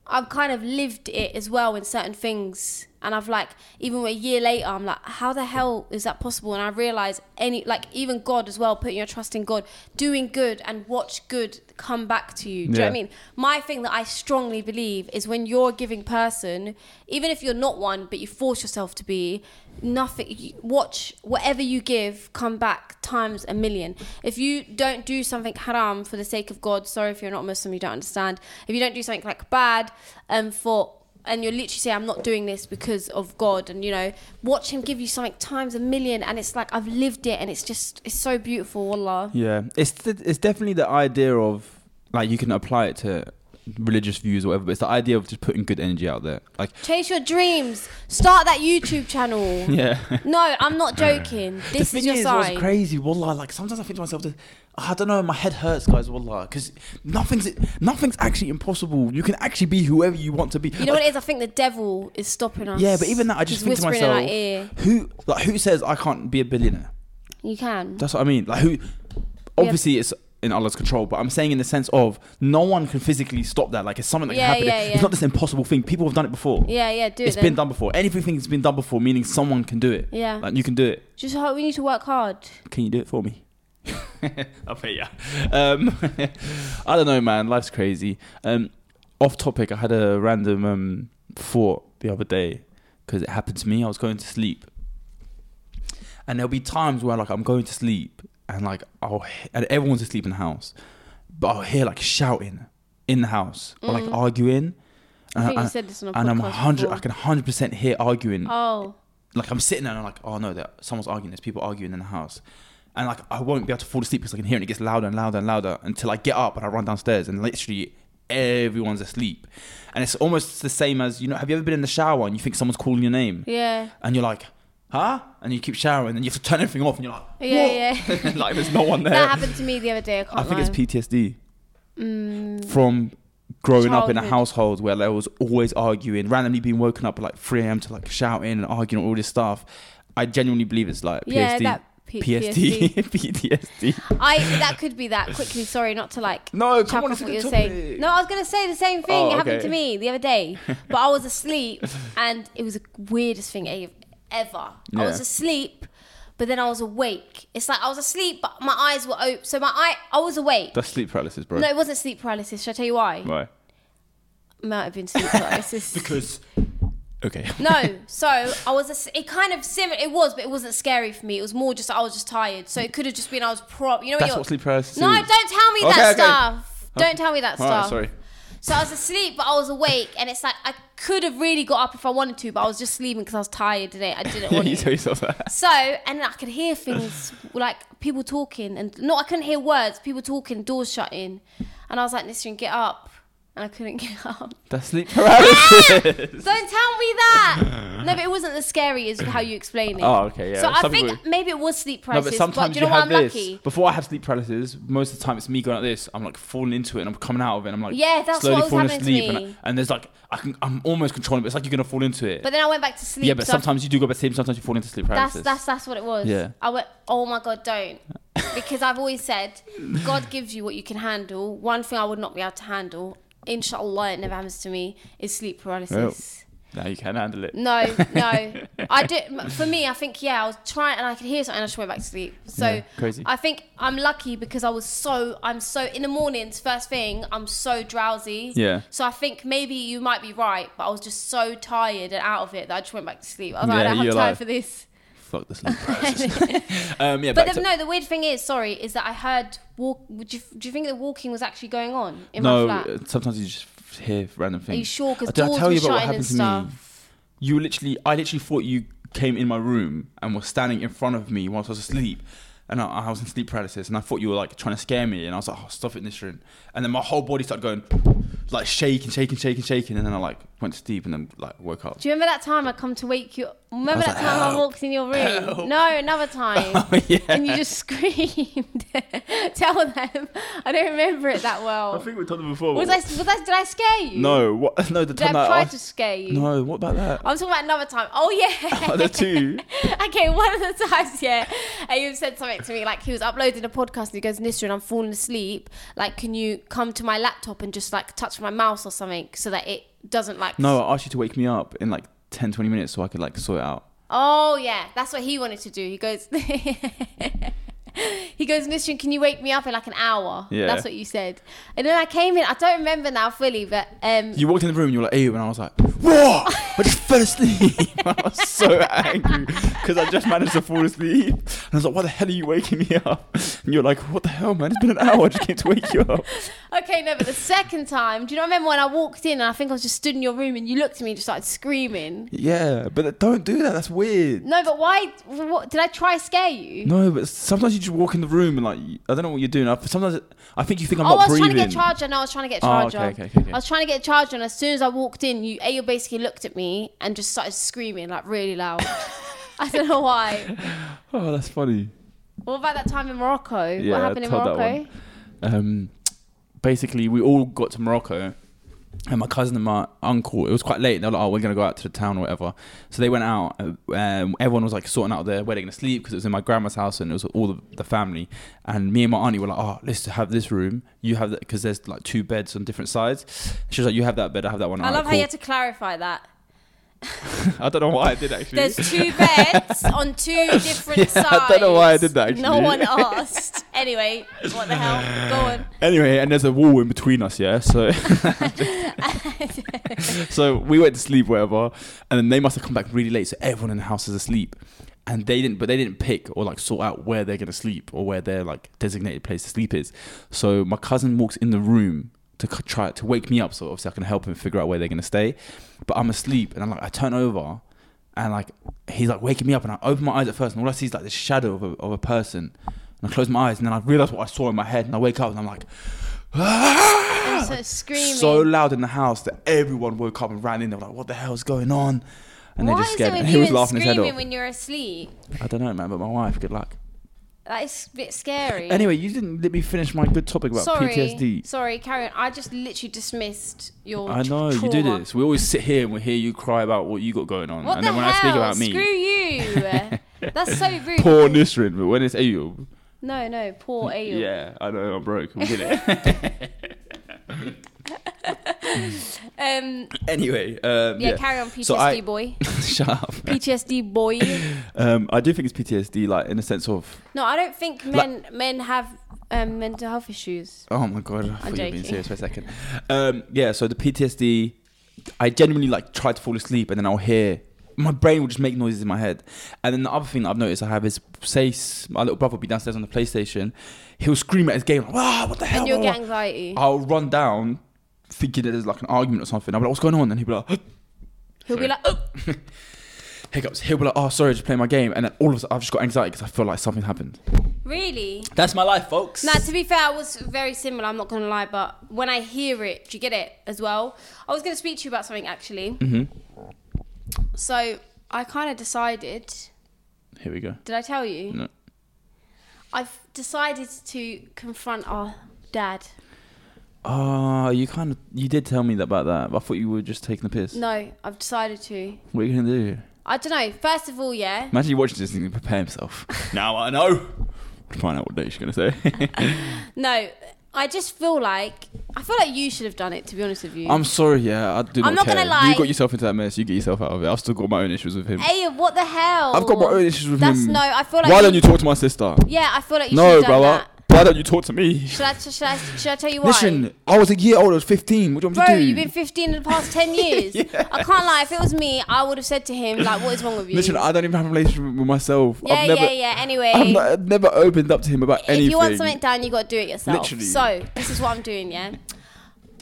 Speaker 2: I've kind of lived it as well in certain things. And I've like, even a year later, I'm like, how the hell is that possible? And I realize any, like, even God as well, putting your trust in God, doing good and watch good come back to you. Do you know what I
Speaker 1: Yeah.
Speaker 2: mean? My thing that I strongly believe is when you're a giving person, even if you're not one, but you force yourself to be, nothing, you- watch whatever you give come back times a million. If you don't do something haram for the sake of God, sorry if you're not Muslim, you don't understand. If you don't do something like bad um, for, and you're literally saying, I'm not doing this because of God, and you know, watch Him give you something times a million, and it's like, I've lived it, and it's just, it's so beautiful, wallah.
Speaker 1: Yeah, it's th- it's definitely the idea of like you can apply it to religious views or whatever. But it's the idea of just putting good energy out there. Like,
Speaker 2: Chase your dreams. Start that YouTube channel.
Speaker 1: yeah.
Speaker 2: No, I'm not joking. This
Speaker 3: the
Speaker 2: is
Speaker 3: thing
Speaker 2: your
Speaker 3: is,
Speaker 2: sign.
Speaker 3: what's crazy, wallah, like sometimes I think to myself, that- I don't know, my head hurts, guys, wallah, because nothing's nothing's actually impossible. You can actually be whoever you want to be.
Speaker 2: You know what it is? I think the devil is stopping us.
Speaker 1: Yeah, but even that, I just think
Speaker 2: He's
Speaker 1: to
Speaker 2: whispering in our
Speaker 1: myself,
Speaker 2: ear.
Speaker 1: who like who says I can't be a billionaire?
Speaker 2: You can.
Speaker 1: That's what I mean. Like who? Obviously, it's in Allah's control, but I'm saying in the sense of no one can physically stop that. Like it's something that
Speaker 2: Yeah,
Speaker 1: can happen.
Speaker 2: yeah,
Speaker 1: It's
Speaker 2: yeah.
Speaker 1: not this impossible thing. People have done it before.
Speaker 2: Yeah, yeah, do it.
Speaker 1: It's
Speaker 2: then.
Speaker 1: been done before. Anything's been done before, meaning someone can do it.
Speaker 2: Yeah.
Speaker 1: Like you can do it.
Speaker 2: Just hope we need to work hard.
Speaker 1: Can you do it for me? I'll pay ya. Um, I don't know, man. Life's crazy. Um, off topic, I had a random um, thought the other day because it happened to me. I was going to sleep, and there'll be times where like I'm going to sleep, and like I'll he- and everyone's asleep in the house, but I'll hear like shouting in the house or like
Speaker 2: Mm.
Speaker 1: arguing,
Speaker 2: I
Speaker 1: and,
Speaker 2: think you
Speaker 1: and,
Speaker 2: said this on a podcast.
Speaker 1: and I'm hundred.
Speaker 2: before.
Speaker 1: I can hundred percent hear arguing
Speaker 2: Oh,
Speaker 1: like I'm sitting there and I'm like, oh no, there, someone's arguing. There's people arguing in the house, and like I won't be able to fall asleep because I can hear it. It gets louder and louder and louder until I get up and I run downstairs and literally everyone's asleep. And it's almost the same as you know. Have you ever been in the shower and you think someone's calling your name
Speaker 2: yeah.
Speaker 1: and you're like, huh? And you keep showering and you have to turn everything off and you're like,
Speaker 2: Yeah,
Speaker 1: "Whoa." like there's no one there.
Speaker 2: That happened to me the other day. I can't
Speaker 1: Uh, I think
Speaker 2: lie.
Speaker 1: it's PTSD
Speaker 2: Mm,
Speaker 1: from growing up in a
Speaker 2: Childhood.
Speaker 1: household where there was always arguing, randomly being woken up at like 3 a.m. to like shouting and arguing all this stuff. I genuinely believe it's like PTSD.
Speaker 2: yeah, that P-
Speaker 1: PTSD. PTSD.
Speaker 2: I that could be that. Quickly, sorry, not to like
Speaker 1: No, come
Speaker 2: chuck
Speaker 1: on,
Speaker 2: off
Speaker 1: it's a
Speaker 2: what
Speaker 1: good
Speaker 2: you're
Speaker 1: topic.
Speaker 2: saying. No, I was gonna say the same thing.
Speaker 1: Oh,
Speaker 2: it happened
Speaker 1: okay.
Speaker 2: to me the other day, but I was asleep, and it was the weirdest thing e- ever. I was
Speaker 1: Yeah.
Speaker 2: asleep, but then I was awake. It's like I was asleep, but my eyes were open. So my eye, I was awake.
Speaker 1: That's sleep paralysis, bro.
Speaker 2: No, it wasn't sleep paralysis. Should I tell you why?
Speaker 1: Why?
Speaker 2: Might have been sleep paralysis.
Speaker 1: Because. Okay.
Speaker 2: No, so I was. as- It kind of similar. It was, but it wasn't scary for me. It was more just I was just tired. So it could have just been I was prop. You know, when
Speaker 1: That's
Speaker 2: you're,
Speaker 1: what sleep paralysis
Speaker 2: No,
Speaker 1: is.
Speaker 2: don't tell me
Speaker 1: Okay,
Speaker 2: that
Speaker 1: okay.
Speaker 2: stuff. Don't tell me that
Speaker 1: All right,
Speaker 2: stuff.
Speaker 1: sorry.
Speaker 2: So I was asleep, but I was awake, and it's like I could have really got up if I wanted to, but I was just sleeping because I was tired today. I didn't
Speaker 1: Yeah,
Speaker 2: want
Speaker 1: you
Speaker 2: to.
Speaker 1: tell yourself that.
Speaker 2: So, and then I could hear things like people talking, and no, I couldn't hear words. People talking, doors shutting, and I was like, "Listen, get up," and I couldn't get up.
Speaker 1: That's sleep paralysis.
Speaker 2: Don't tell me that. No, but it wasn't as scary as how you explained it.
Speaker 1: Oh, okay, yeah.
Speaker 2: So I
Speaker 1: Some
Speaker 2: think
Speaker 1: people-
Speaker 2: maybe it was sleep
Speaker 1: No, but
Speaker 2: paralysis. but
Speaker 1: sometimes
Speaker 2: do you know what? I'm
Speaker 1: have this.
Speaker 2: lucky.
Speaker 1: Before I have sleep paralysis, most of the time it's me going like this. I'm like falling into it and I'm coming out of it. And I'm like
Speaker 2: Yeah, that's
Speaker 1: slowly
Speaker 2: what was
Speaker 1: falling
Speaker 2: happening to
Speaker 1: asleep. And,
Speaker 2: me.
Speaker 1: and there's like I can I'm almost controlling, but it's like you're gonna fall into it.
Speaker 2: But then I went back to sleep.
Speaker 1: yeah, but
Speaker 2: so I-
Speaker 1: sometimes you do go back to sleep. Sometimes you fall into sleep
Speaker 2: that's
Speaker 1: paralysis.
Speaker 2: that's that's what it was.
Speaker 1: Yeah.
Speaker 2: I went. Oh my god, don't. Because I've always said, God gives you what you can handle. One thing I would not be able to handle, inshallah, it never happens to me, is sleep paralysis.
Speaker 1: now you can handle it.
Speaker 2: No, no. I do. For me, I think yeah. I was trying, and I could hear something, and I just went back to sleep. So
Speaker 1: Yeah, crazy.
Speaker 2: I think I'm lucky because I was so. I'm so in the mornings. First thing, I'm so drowsy.
Speaker 1: Yeah.
Speaker 2: So I think maybe you might be right, but I was just so tired and out of it that I just went back to sleep. I was like,
Speaker 1: Yeah,
Speaker 2: I don't have
Speaker 1: you're
Speaker 2: time
Speaker 1: like-
Speaker 2: for this.
Speaker 1: Fuck the sleep paralysis. um, yeah,
Speaker 2: But
Speaker 1: back to-
Speaker 2: the, no, the weird thing is, sorry, is that I heard walk. Would you, do you think the walking was actually going on in
Speaker 1: no,
Speaker 2: my flat?
Speaker 1: uh, sometimes you just hear random
Speaker 2: Are
Speaker 1: things.
Speaker 2: you sure? Because
Speaker 1: Did I
Speaker 2: doors
Speaker 1: tell
Speaker 2: were
Speaker 1: you about what
Speaker 2: shutting and
Speaker 1: happened to me?
Speaker 2: stuff.
Speaker 1: you literally i literally thought you came in my room and were standing in front of me whilst i was asleep and I, I was in sleep paralysis and i thought you were like trying to scare me and i was like oh stop it in this room and then my whole body started going like shaking shaking shaking shaking and then i like went to sleep and then like woke up
Speaker 2: Do you remember that time I come to wake you? Remember
Speaker 1: was
Speaker 2: that
Speaker 1: like,
Speaker 2: time I
Speaker 1: "Help,
Speaker 2: walked in your room?
Speaker 1: help."
Speaker 2: No, another time.
Speaker 1: oh yeah
Speaker 2: and you just screamed. Tell them. I don't remember it that well.
Speaker 1: we talked about before
Speaker 2: was I, was I, did I scare you?
Speaker 1: no what no the
Speaker 2: Did I
Speaker 1: time that
Speaker 2: try
Speaker 1: I,
Speaker 2: to scare you?
Speaker 1: no what about that
Speaker 2: I'm talking about another time. Oh yeah.
Speaker 1: the two
Speaker 2: okay, one of the times, yeah, Ayub said something to me like he was uploading a podcast and he goes, Nisra, and I'm falling asleep. Like, can you come to my laptop and just like touch my mouse or something so that it doesn't like?
Speaker 1: no i asked you to wake me up in like 10 20 minutes so i could like sort it out
Speaker 2: Oh yeah, that's what he wanted to do. He goes. He goes, Nishan, can you wake me up in like an hour?
Speaker 1: Yeah.
Speaker 2: That's what you said. And then I came in, I don't remember now fully, but um,
Speaker 1: You walked in the room, you were like, ew, and I was like, what? I just fell asleep. I was so angry because I just managed to fall asleep. And I was like, why the hell are you waking me up? And you're like, what the hell, man? It's been an hour. I just came to wake you up.
Speaker 2: Okay, no, but the second time, do you not remember when I walked in and I think I was just stood in your room and you looked at me and just started screaming?
Speaker 1: Yeah, but don't do that. That's weird.
Speaker 2: No, but why? What, did I try scare you?
Speaker 1: No, but sometimes you just walk in the room and like I don't know what you're doing. I, sometimes I think you think I'm
Speaker 2: oh, I
Speaker 1: not
Speaker 2: was
Speaker 1: breathing.
Speaker 2: trying to get a charger. No, I was trying to get a
Speaker 1: Oh,
Speaker 2: charger.
Speaker 1: okay, okay, okay, okay.
Speaker 2: I was trying to get a charger, and as soon as I walked in, you Ayo basically looked at me and just started screaming like really loud. I don't know why.
Speaker 1: oh, that's funny.
Speaker 2: What about that time in Morocco?
Speaker 1: Yeah,
Speaker 2: what happened in
Speaker 1: tell that
Speaker 2: Morocco?
Speaker 1: one. um, basically we all got to Morocco and my cousin and my uncle it was quite late they were like oh we're gonna go out to the town or whatever so they went out uh, um, everyone was like sorting out their where they're gonna sleep because it was in my grandma's house and it was all the, the family and me and my auntie were like oh let's have this room you have that because there's like two beds on different sides she was like you have that bed I have that one
Speaker 2: I
Speaker 1: All right,
Speaker 2: love how you
Speaker 1: cool.
Speaker 2: had to clarify that.
Speaker 1: I don't know why I did actually
Speaker 2: There's two beds on two different
Speaker 1: Yeah,
Speaker 2: sides.
Speaker 1: I don't know why I did that,
Speaker 2: No
Speaker 1: actually.
Speaker 2: one asked. anyway, what the hell? Go on.
Speaker 1: Anyway, and there's a wall in between us, yeah. So, so we went to sleep, wherever, and then they must have come back really late, so everyone in the house is asleep, and they didn't, but they didn't pick or like sort out where they're gonna sleep or where their like designated place to sleep is. So my cousin walks in the room to c- try to wake me up, so obviously I can help him figure out where they're gonna stay. But I'm asleep, and I'm like, I turn over, and like he's like waking me up, and I open my eyes at first, and all I see is like the shadow of a, of a person. And I close my eyes, and then I realize what I saw in my head, and I wake up, and I'm like, "Ah!"
Speaker 2: And so screaming.
Speaker 1: so loud in the house that everyone woke up and ran in. They were like, "What the hell's going on?" And
Speaker 2: Why
Speaker 1: they just
Speaker 2: is
Speaker 1: scared.
Speaker 2: it
Speaker 1: me. And
Speaker 2: with
Speaker 1: he
Speaker 2: you
Speaker 1: was
Speaker 2: and
Speaker 1: laughing his head
Speaker 2: screaming
Speaker 1: off.
Speaker 2: when you're asleep?
Speaker 1: I don't know, man. But my wife, good luck.
Speaker 2: That is a bit scary.
Speaker 1: Anyway, you didn't let me finish my good topic about
Speaker 2: sorry,
Speaker 1: PTSD.
Speaker 2: sorry, carry on. I just literally dismissed your.
Speaker 1: I know
Speaker 2: trauma.
Speaker 1: you do this. We always sit here and we hear you cry about what you got going on,
Speaker 2: What
Speaker 1: and
Speaker 2: the
Speaker 1: then when
Speaker 2: hell?
Speaker 1: I speak about
Speaker 2: Screw
Speaker 1: me,
Speaker 2: you. That's so rude.
Speaker 1: poor Nisrin. But when it's Ayub,
Speaker 2: No, no, poor Ayub.
Speaker 1: yeah, I know I'm broke. We did it.
Speaker 2: Um,
Speaker 1: anyway, um,
Speaker 2: yeah, carry on, PTSD
Speaker 1: So I-
Speaker 2: boy.
Speaker 1: shut up.
Speaker 2: PTSD boy.
Speaker 1: Um, I do think it's PTSD, like in the sense of,
Speaker 2: No, I don't think men men have um, mental health issues.
Speaker 1: oh my god, I thought you were being
Speaker 2: joking.
Speaker 1: serious for a second. Um, yeah, so the PTSD, I genuinely like try to fall asleep and then I'll hear my brain will just make noises in my head. And then the other thing that I've noticed I have is say s- my little brother will be downstairs on the PlayStation, he'll scream at his game, like, ah, what the hell?
Speaker 2: And you'll
Speaker 1: blah,
Speaker 2: get
Speaker 1: blah."
Speaker 2: anxiety.
Speaker 1: I'll run down thinking that there's like an argument or something. I'll be like, what's going on? And he'll be like,
Speaker 2: He'll be like, oh,
Speaker 1: hiccups. He'll be like, oh, sorry, just playing my game. And then all of a sudden, I've just got anxiety because I feel like something happened.
Speaker 2: really?
Speaker 1: That's my life, folks.
Speaker 2: Now, to be fair, I was very similar. I'm not going to lie, but when I hear it, do you get it as well? I was going to speak to you about something actually.
Speaker 1: Mm.
Speaker 2: Mm-hmm. So I kind of decided.
Speaker 1: Here we go.
Speaker 2: Did I tell you?
Speaker 1: No.
Speaker 2: I've decided to confront our dad.
Speaker 1: Oh, you kind of you did tell me that about that. but I thought you were just taking the piss.
Speaker 2: No, I've decided to.
Speaker 1: What are you gonna do?
Speaker 2: I don't know. First of all, yeah.
Speaker 1: Imagine you watching this and you prepare himself. now I know. To find out what date she's gonna say.
Speaker 2: No, I just feel like I feel like you should have done it. To be honest with you.
Speaker 1: I'm sorry, yeah, I do not
Speaker 2: I'm not
Speaker 1: care.
Speaker 2: gonna lie.
Speaker 1: You got yourself into that mess. You get yourself out of it. I've still got my own issues with him.
Speaker 2: Hey, what the hell?
Speaker 1: I've got my own issues with
Speaker 2: That's
Speaker 1: him.
Speaker 2: no. I feel like.
Speaker 1: Why don't you talk to my sister?
Speaker 2: Yeah, I feel like you
Speaker 1: No,
Speaker 2: should have done
Speaker 1: brother.
Speaker 2: that.
Speaker 1: Why don't you talk to me?
Speaker 2: Should I, should, I, should I tell you why?
Speaker 1: Listen, I was a year old. I was 15. What do you want me
Speaker 2: Bro,
Speaker 1: to do?
Speaker 2: you've been 15 in the past 10 years. I can't lie. If it was me, I would have said to him, like, what is wrong with you?
Speaker 1: Listen, I don't even have a relationship with myself.
Speaker 2: yeah,
Speaker 1: I've never,
Speaker 2: yeah, yeah. Anyway,
Speaker 1: I've, not, I've never opened up to him about anything.
Speaker 2: if you want something done, you got to do it yourself.
Speaker 1: Literally.
Speaker 2: So, this is what I'm doing, yeah?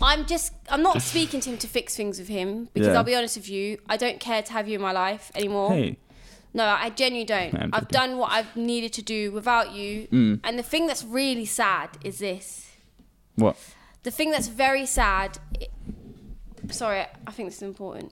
Speaker 2: I'm just, I'm not speaking to him to fix things with him because
Speaker 1: Yeah.
Speaker 2: I'll be honest with you, I don't care to have you in my life anymore.
Speaker 1: hey,
Speaker 2: No, I genuinely don't.
Speaker 1: I'm
Speaker 2: I've
Speaker 1: joking.
Speaker 2: done what I've needed to do without you.
Speaker 1: Mm.
Speaker 2: And the thing that's really sad is this.
Speaker 1: what?
Speaker 2: the thing that's very sad sorry i think this is important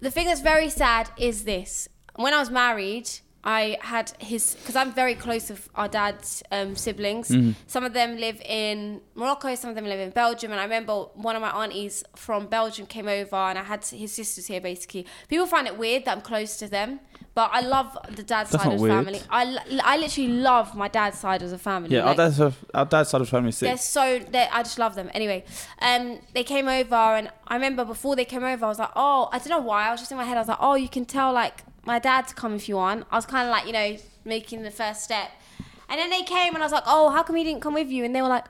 Speaker 2: the thing that's very sad is this when i was married i had his because i'm very close with our dad's um, siblings
Speaker 1: Mm-hmm.
Speaker 2: some of them live in morocco some of them live in belgium and i remember one of my aunties from belgium came over and i had his sisters here basically people find it weird that i'm close to them but i love the dad's
Speaker 1: That's
Speaker 2: side
Speaker 1: not
Speaker 2: of the
Speaker 1: weird.
Speaker 2: family I, li- I literally love my dad's side of the family
Speaker 1: Yeah, oh,
Speaker 2: Like,
Speaker 1: our, dad's, our dad's side of the family is sick.
Speaker 2: they're so. They're, I just love them. Anyway, um, they came over, and I remember before they came over, I was like, oh, I don't know why. I was just in my head. I was like, oh, you can tell like my dad's come if you want. I was kind of like, you know, making the first step, and then they came, and I was like, oh, how come he didn't come with you? And they were like.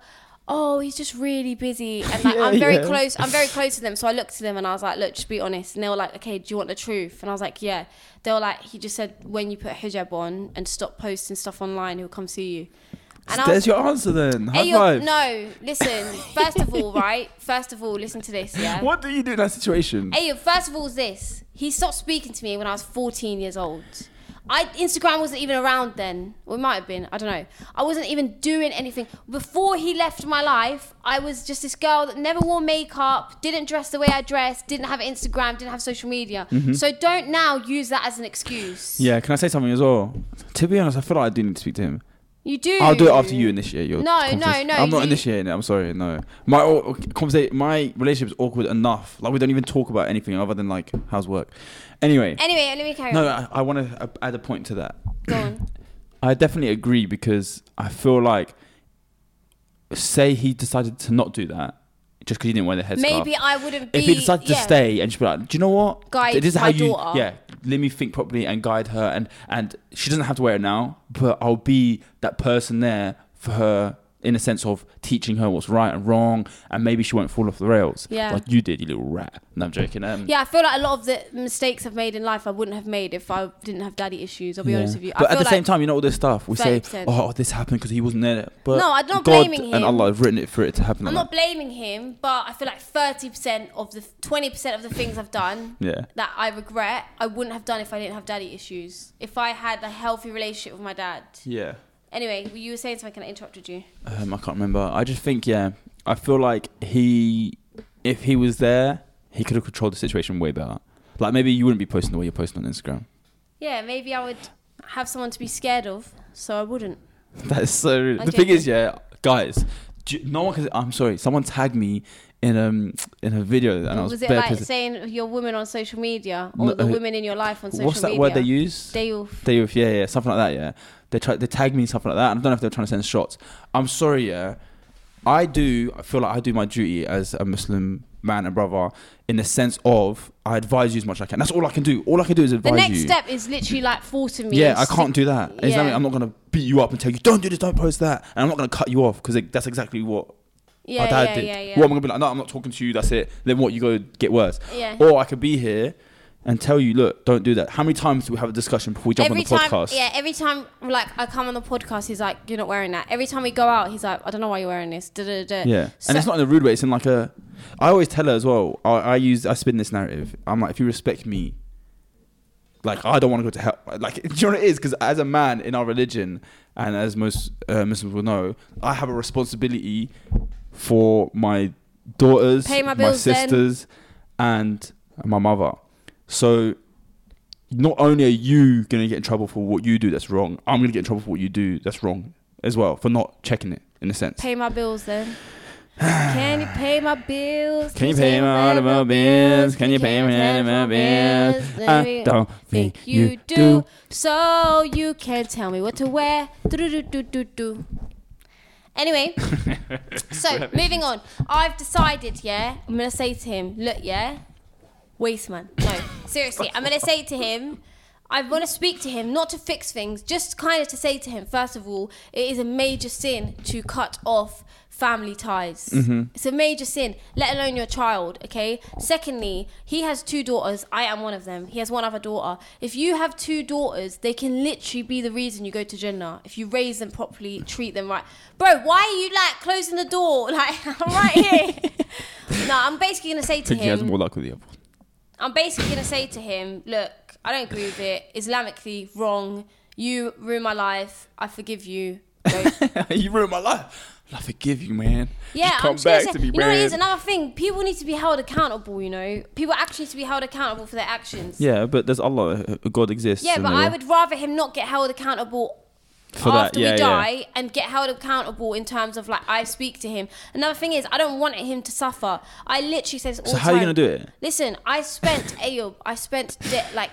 Speaker 2: Oh, he's just really busy, and like
Speaker 1: Yeah,
Speaker 2: I'm very
Speaker 1: yeah.
Speaker 2: close. I'm very close to them, so I looked to them and I was like, "Look, just be honest." And they were like, "Okay, do you want the truth?" And I was like, "Yeah." They were like, "He just said when you put hijab on and stop posting stuff online, he'll come see you." And I was
Speaker 1: There's your answer then. High
Speaker 2: Hey, you're-
Speaker 1: five.
Speaker 2: no, listen. First of all, right? First of all, listen to this, yeah?
Speaker 1: What do you do in that situation?
Speaker 2: Hey, first of all, is this. He stopped speaking to me when I was 14 years old. I Instagram wasn't even around then. Well, it might have been. I don't know. I wasn't even doing anything before he left my life. I was just this girl that never wore makeup, didn't dress the way I dressed, didn't have Instagram, didn't have social media. So don't now use that as an excuse.
Speaker 1: Mm-hmm. Yeah, can I say something as well? To be honest, I feel like I do need to speak to him.
Speaker 2: You do.
Speaker 1: I'll do it after you initiate your.
Speaker 2: No,
Speaker 1: conversation.
Speaker 2: no, no,
Speaker 1: I'm not
Speaker 2: you-
Speaker 1: initiating it. I'm sorry. No, my au- conversa- my relationship is awkward enough. Like we don't even talk about anything other than like how's work. Anyway,
Speaker 2: Anyway, let me carry
Speaker 1: no,
Speaker 2: on.
Speaker 1: I, I want to add a point to that.
Speaker 2: Go on.
Speaker 1: I definitely agree because I feel like, say he decided to not do that just because he didn't wear the headscarf.
Speaker 2: Maybe I wouldn't be.
Speaker 1: if he decided to
Speaker 2: yeah.
Speaker 1: stay and she'd be like, do you know what?
Speaker 2: Guide
Speaker 1: this is
Speaker 2: my
Speaker 1: how you,
Speaker 2: daughter."
Speaker 1: yeah, let me think properly and guide her, and and she doesn't have to wear it now, but I'll be that person there for her in a sense of teaching her what's right and wrong, and maybe she won't fall off the rails,
Speaker 2: Yeah.
Speaker 1: like you did, you little rat. No, I'm joking. Um,
Speaker 2: Yeah, I feel like a lot of the mistakes I've made in life I wouldn't have made if I didn't have daddy issues. I'll be
Speaker 1: yeah.
Speaker 2: honest with you. I
Speaker 1: but at
Speaker 2: feel
Speaker 1: the
Speaker 2: like,
Speaker 1: same time, you know all this stuff we say,
Speaker 2: 30%.
Speaker 1: oh, this happened because he wasn't there. But
Speaker 2: No, I'm not
Speaker 1: God
Speaker 2: blaming him.
Speaker 1: And Allah have written it for it to happen.
Speaker 2: I'm
Speaker 1: like
Speaker 2: not blaming him, but I feel like 30% of the 20% of the things I've done
Speaker 1: that. yeah.
Speaker 2: that I regret, I wouldn't have done if I didn't have daddy issues. If I had a healthy relationship with my dad.
Speaker 1: Yeah.
Speaker 2: Anyway, you were saying something, I interrupted you.
Speaker 1: Um, I can't remember. I just think, yeah, I feel like he, if he was there, he could have controlled the situation way better. Like maybe you wouldn't be posting the way you're posting on Instagram.
Speaker 2: Yeah, maybe I would have someone to be scared of, so I wouldn't.
Speaker 1: That is so.
Speaker 2: I
Speaker 1: the
Speaker 2: get
Speaker 1: thing is, yeah, guys, do, you- no one can. I'm sorry. Someone tagged me in um in a video, and I was,
Speaker 2: was it
Speaker 1: bare
Speaker 2: like
Speaker 1: pissed.
Speaker 2: saying your woman on social media or
Speaker 1: No,
Speaker 2: the
Speaker 1: uh,
Speaker 2: women in your life on social
Speaker 1: What's that
Speaker 2: media?
Speaker 1: word they use?
Speaker 2: They all
Speaker 1: They were, yeah, yeah, something like that, yeah. They tried, they tagged me in something like that. and I don't know if they were trying to send shots. I'm sorry, yeah. I do, I feel like I do my duty as a Muslim man and brother in the sense of I advise you as much as I can. That's all I can do. All I can do is
Speaker 2: The
Speaker 1: advise
Speaker 2: next
Speaker 1: you.
Speaker 2: step is literally like forcing me.
Speaker 1: yeah, I
Speaker 2: to-
Speaker 1: can't do that. Islamic,
Speaker 2: Yeah.
Speaker 1: I'm not going to beat you up and tell you, don't do this, don't post that. And I'm not going to cut you off because that's exactly what
Speaker 2: Yeah,
Speaker 1: my dad
Speaker 2: yeah,
Speaker 1: did.
Speaker 2: yeah, yeah.
Speaker 1: What am I going to be like? No, I'm not talking to you, that's it. Then what, you go get worse.
Speaker 2: Yeah.
Speaker 1: Or I could be here and tell you, look, don't do that. How many times do we have a discussion before we jump
Speaker 2: every
Speaker 1: on the
Speaker 2: time,
Speaker 1: podcast?
Speaker 2: yeah, every time like I come on the podcast, he's like, "You're not wearing that." Every time we go out, he's like, "I don't know why you're wearing this." Da, da, da.
Speaker 1: Yeah,
Speaker 2: So-
Speaker 1: and it's not in a rude way. It's in like a. I always tell her as well. I, I use I spin this narrative. I'm like, if you respect me, like I don't want to go to hell. Like, do you know what it is? Because as a man in our religion, and as most uh, Muslims will know, I have a responsibility for my daughters,
Speaker 2: Pay my
Speaker 1: my
Speaker 2: bills then.
Speaker 1: sisters, and my mother. So. Not only are you going to get in trouble for what you do that's wrong, I'm going to get in trouble for what you do that's wrong as well for not checking it in a sense.
Speaker 2: Pay my bills then. Can you pay my bills?
Speaker 1: Can you pay me all of my bills? Can you pay me all of my bills? I don't
Speaker 2: Think you do, so you can tell me what to wear. Do-do-do-do-do-do. Anyway, so moving on. I've decided, yeah, I'm gonna say to him, look, yeah, waste man. No, seriously, I'm gonna say to him, I want to speak to him, not to fix things, just kind of to say to him, first of all, it is a major sin to cut off family ties.
Speaker 1: Mm-hmm.
Speaker 2: It's a major sin, let alone your child, okay? Secondly, he has two daughters. I am one of them. He has one other daughter. If you have two daughters, they can literally be the reason you go to Jannah. If you raise them properly, treat them right. Bro, why are you like closing the door? Like, I'm right here. no, I'm basically going to say to
Speaker 1: think he has
Speaker 2: him.
Speaker 1: more luck with the other one.
Speaker 2: I'm basically going to say to him, look, I don't agree with it. Islamically wrong. You ruined my life. I forgive you. Go.
Speaker 1: you ruined my life. I forgive you, man.
Speaker 2: yeah,
Speaker 1: Just come
Speaker 2: I'm just
Speaker 1: back
Speaker 2: gonna say,
Speaker 1: to me,
Speaker 2: you know
Speaker 1: man.
Speaker 2: what it is another thing. People need to be held accountable. You know, people actually need to be held accountable for their actions.
Speaker 1: yeah, but there's Allah. uh, God exists.
Speaker 2: Yeah,
Speaker 1: and
Speaker 2: but
Speaker 1: they
Speaker 2: I
Speaker 1: will-
Speaker 2: would rather him not get held accountable
Speaker 1: For that,
Speaker 2: after
Speaker 1: yeah,
Speaker 2: we
Speaker 1: yeah.
Speaker 2: die and get held accountable in terms of like I speak to him. Another thing is I don't want him to suffer. I literally say this all
Speaker 1: So
Speaker 2: the
Speaker 1: how are you
Speaker 2: time.
Speaker 1: gonna do it?
Speaker 2: Listen, I spent Ayub, I spent de- like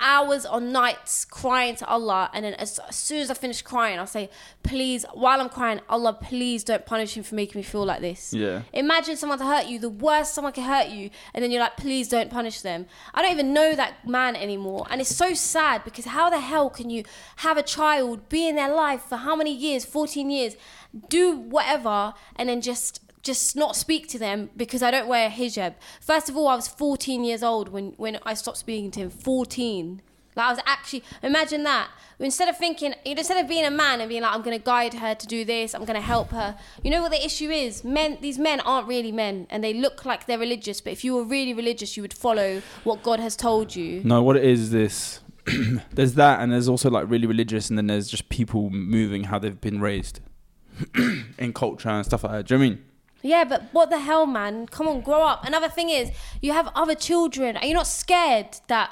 Speaker 2: hours on nights crying to Allah, and then as, as soon as I finish crying, I'll say, please, while I'm crying, Allah, please don't punish him for making me feel like this.
Speaker 1: Yeah.
Speaker 2: Imagine someone to hurt you, the worst someone can hurt you, and then you're like, please don't punish them. I don't even know that man anymore. And it's so sad because how the hell can you have a child be in their life for how many years, 14 years, do whatever, and then just just not speak to them because I don't wear a hijab. First of all, I was 14 years old when, when I stopped speaking to him. 14. Like I was actually imagine that. Instead of thinking instead of being a man and being like, I'm gonna guide her to do this, I'm gonna help her. You know what the issue is? Men these men aren't really men and they look like they're religious, but if you were really religious you would follow what God has told you.
Speaker 1: No, what it is is this. there's that, and there's also like really religious, and then there's just people moving how they've been raised in culture and stuff like that. Do you know what I mean?
Speaker 2: Yeah, but what the hell, man? Come on, grow up. Another thing is, you have other children. Are you not scared that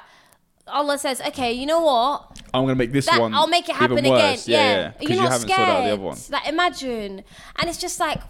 Speaker 2: Allah says, okay, you know what?
Speaker 1: I'm gonna make this
Speaker 2: That
Speaker 1: one.
Speaker 2: I'll make it happen
Speaker 1: even
Speaker 2: again.
Speaker 1: worse.
Speaker 2: Yeah,
Speaker 1: yeah.
Speaker 2: Are
Speaker 1: Because
Speaker 2: you
Speaker 1: you
Speaker 2: not
Speaker 1: haven't
Speaker 2: scared?
Speaker 1: sorted out the other one.
Speaker 2: Like, imagine. And it's just like,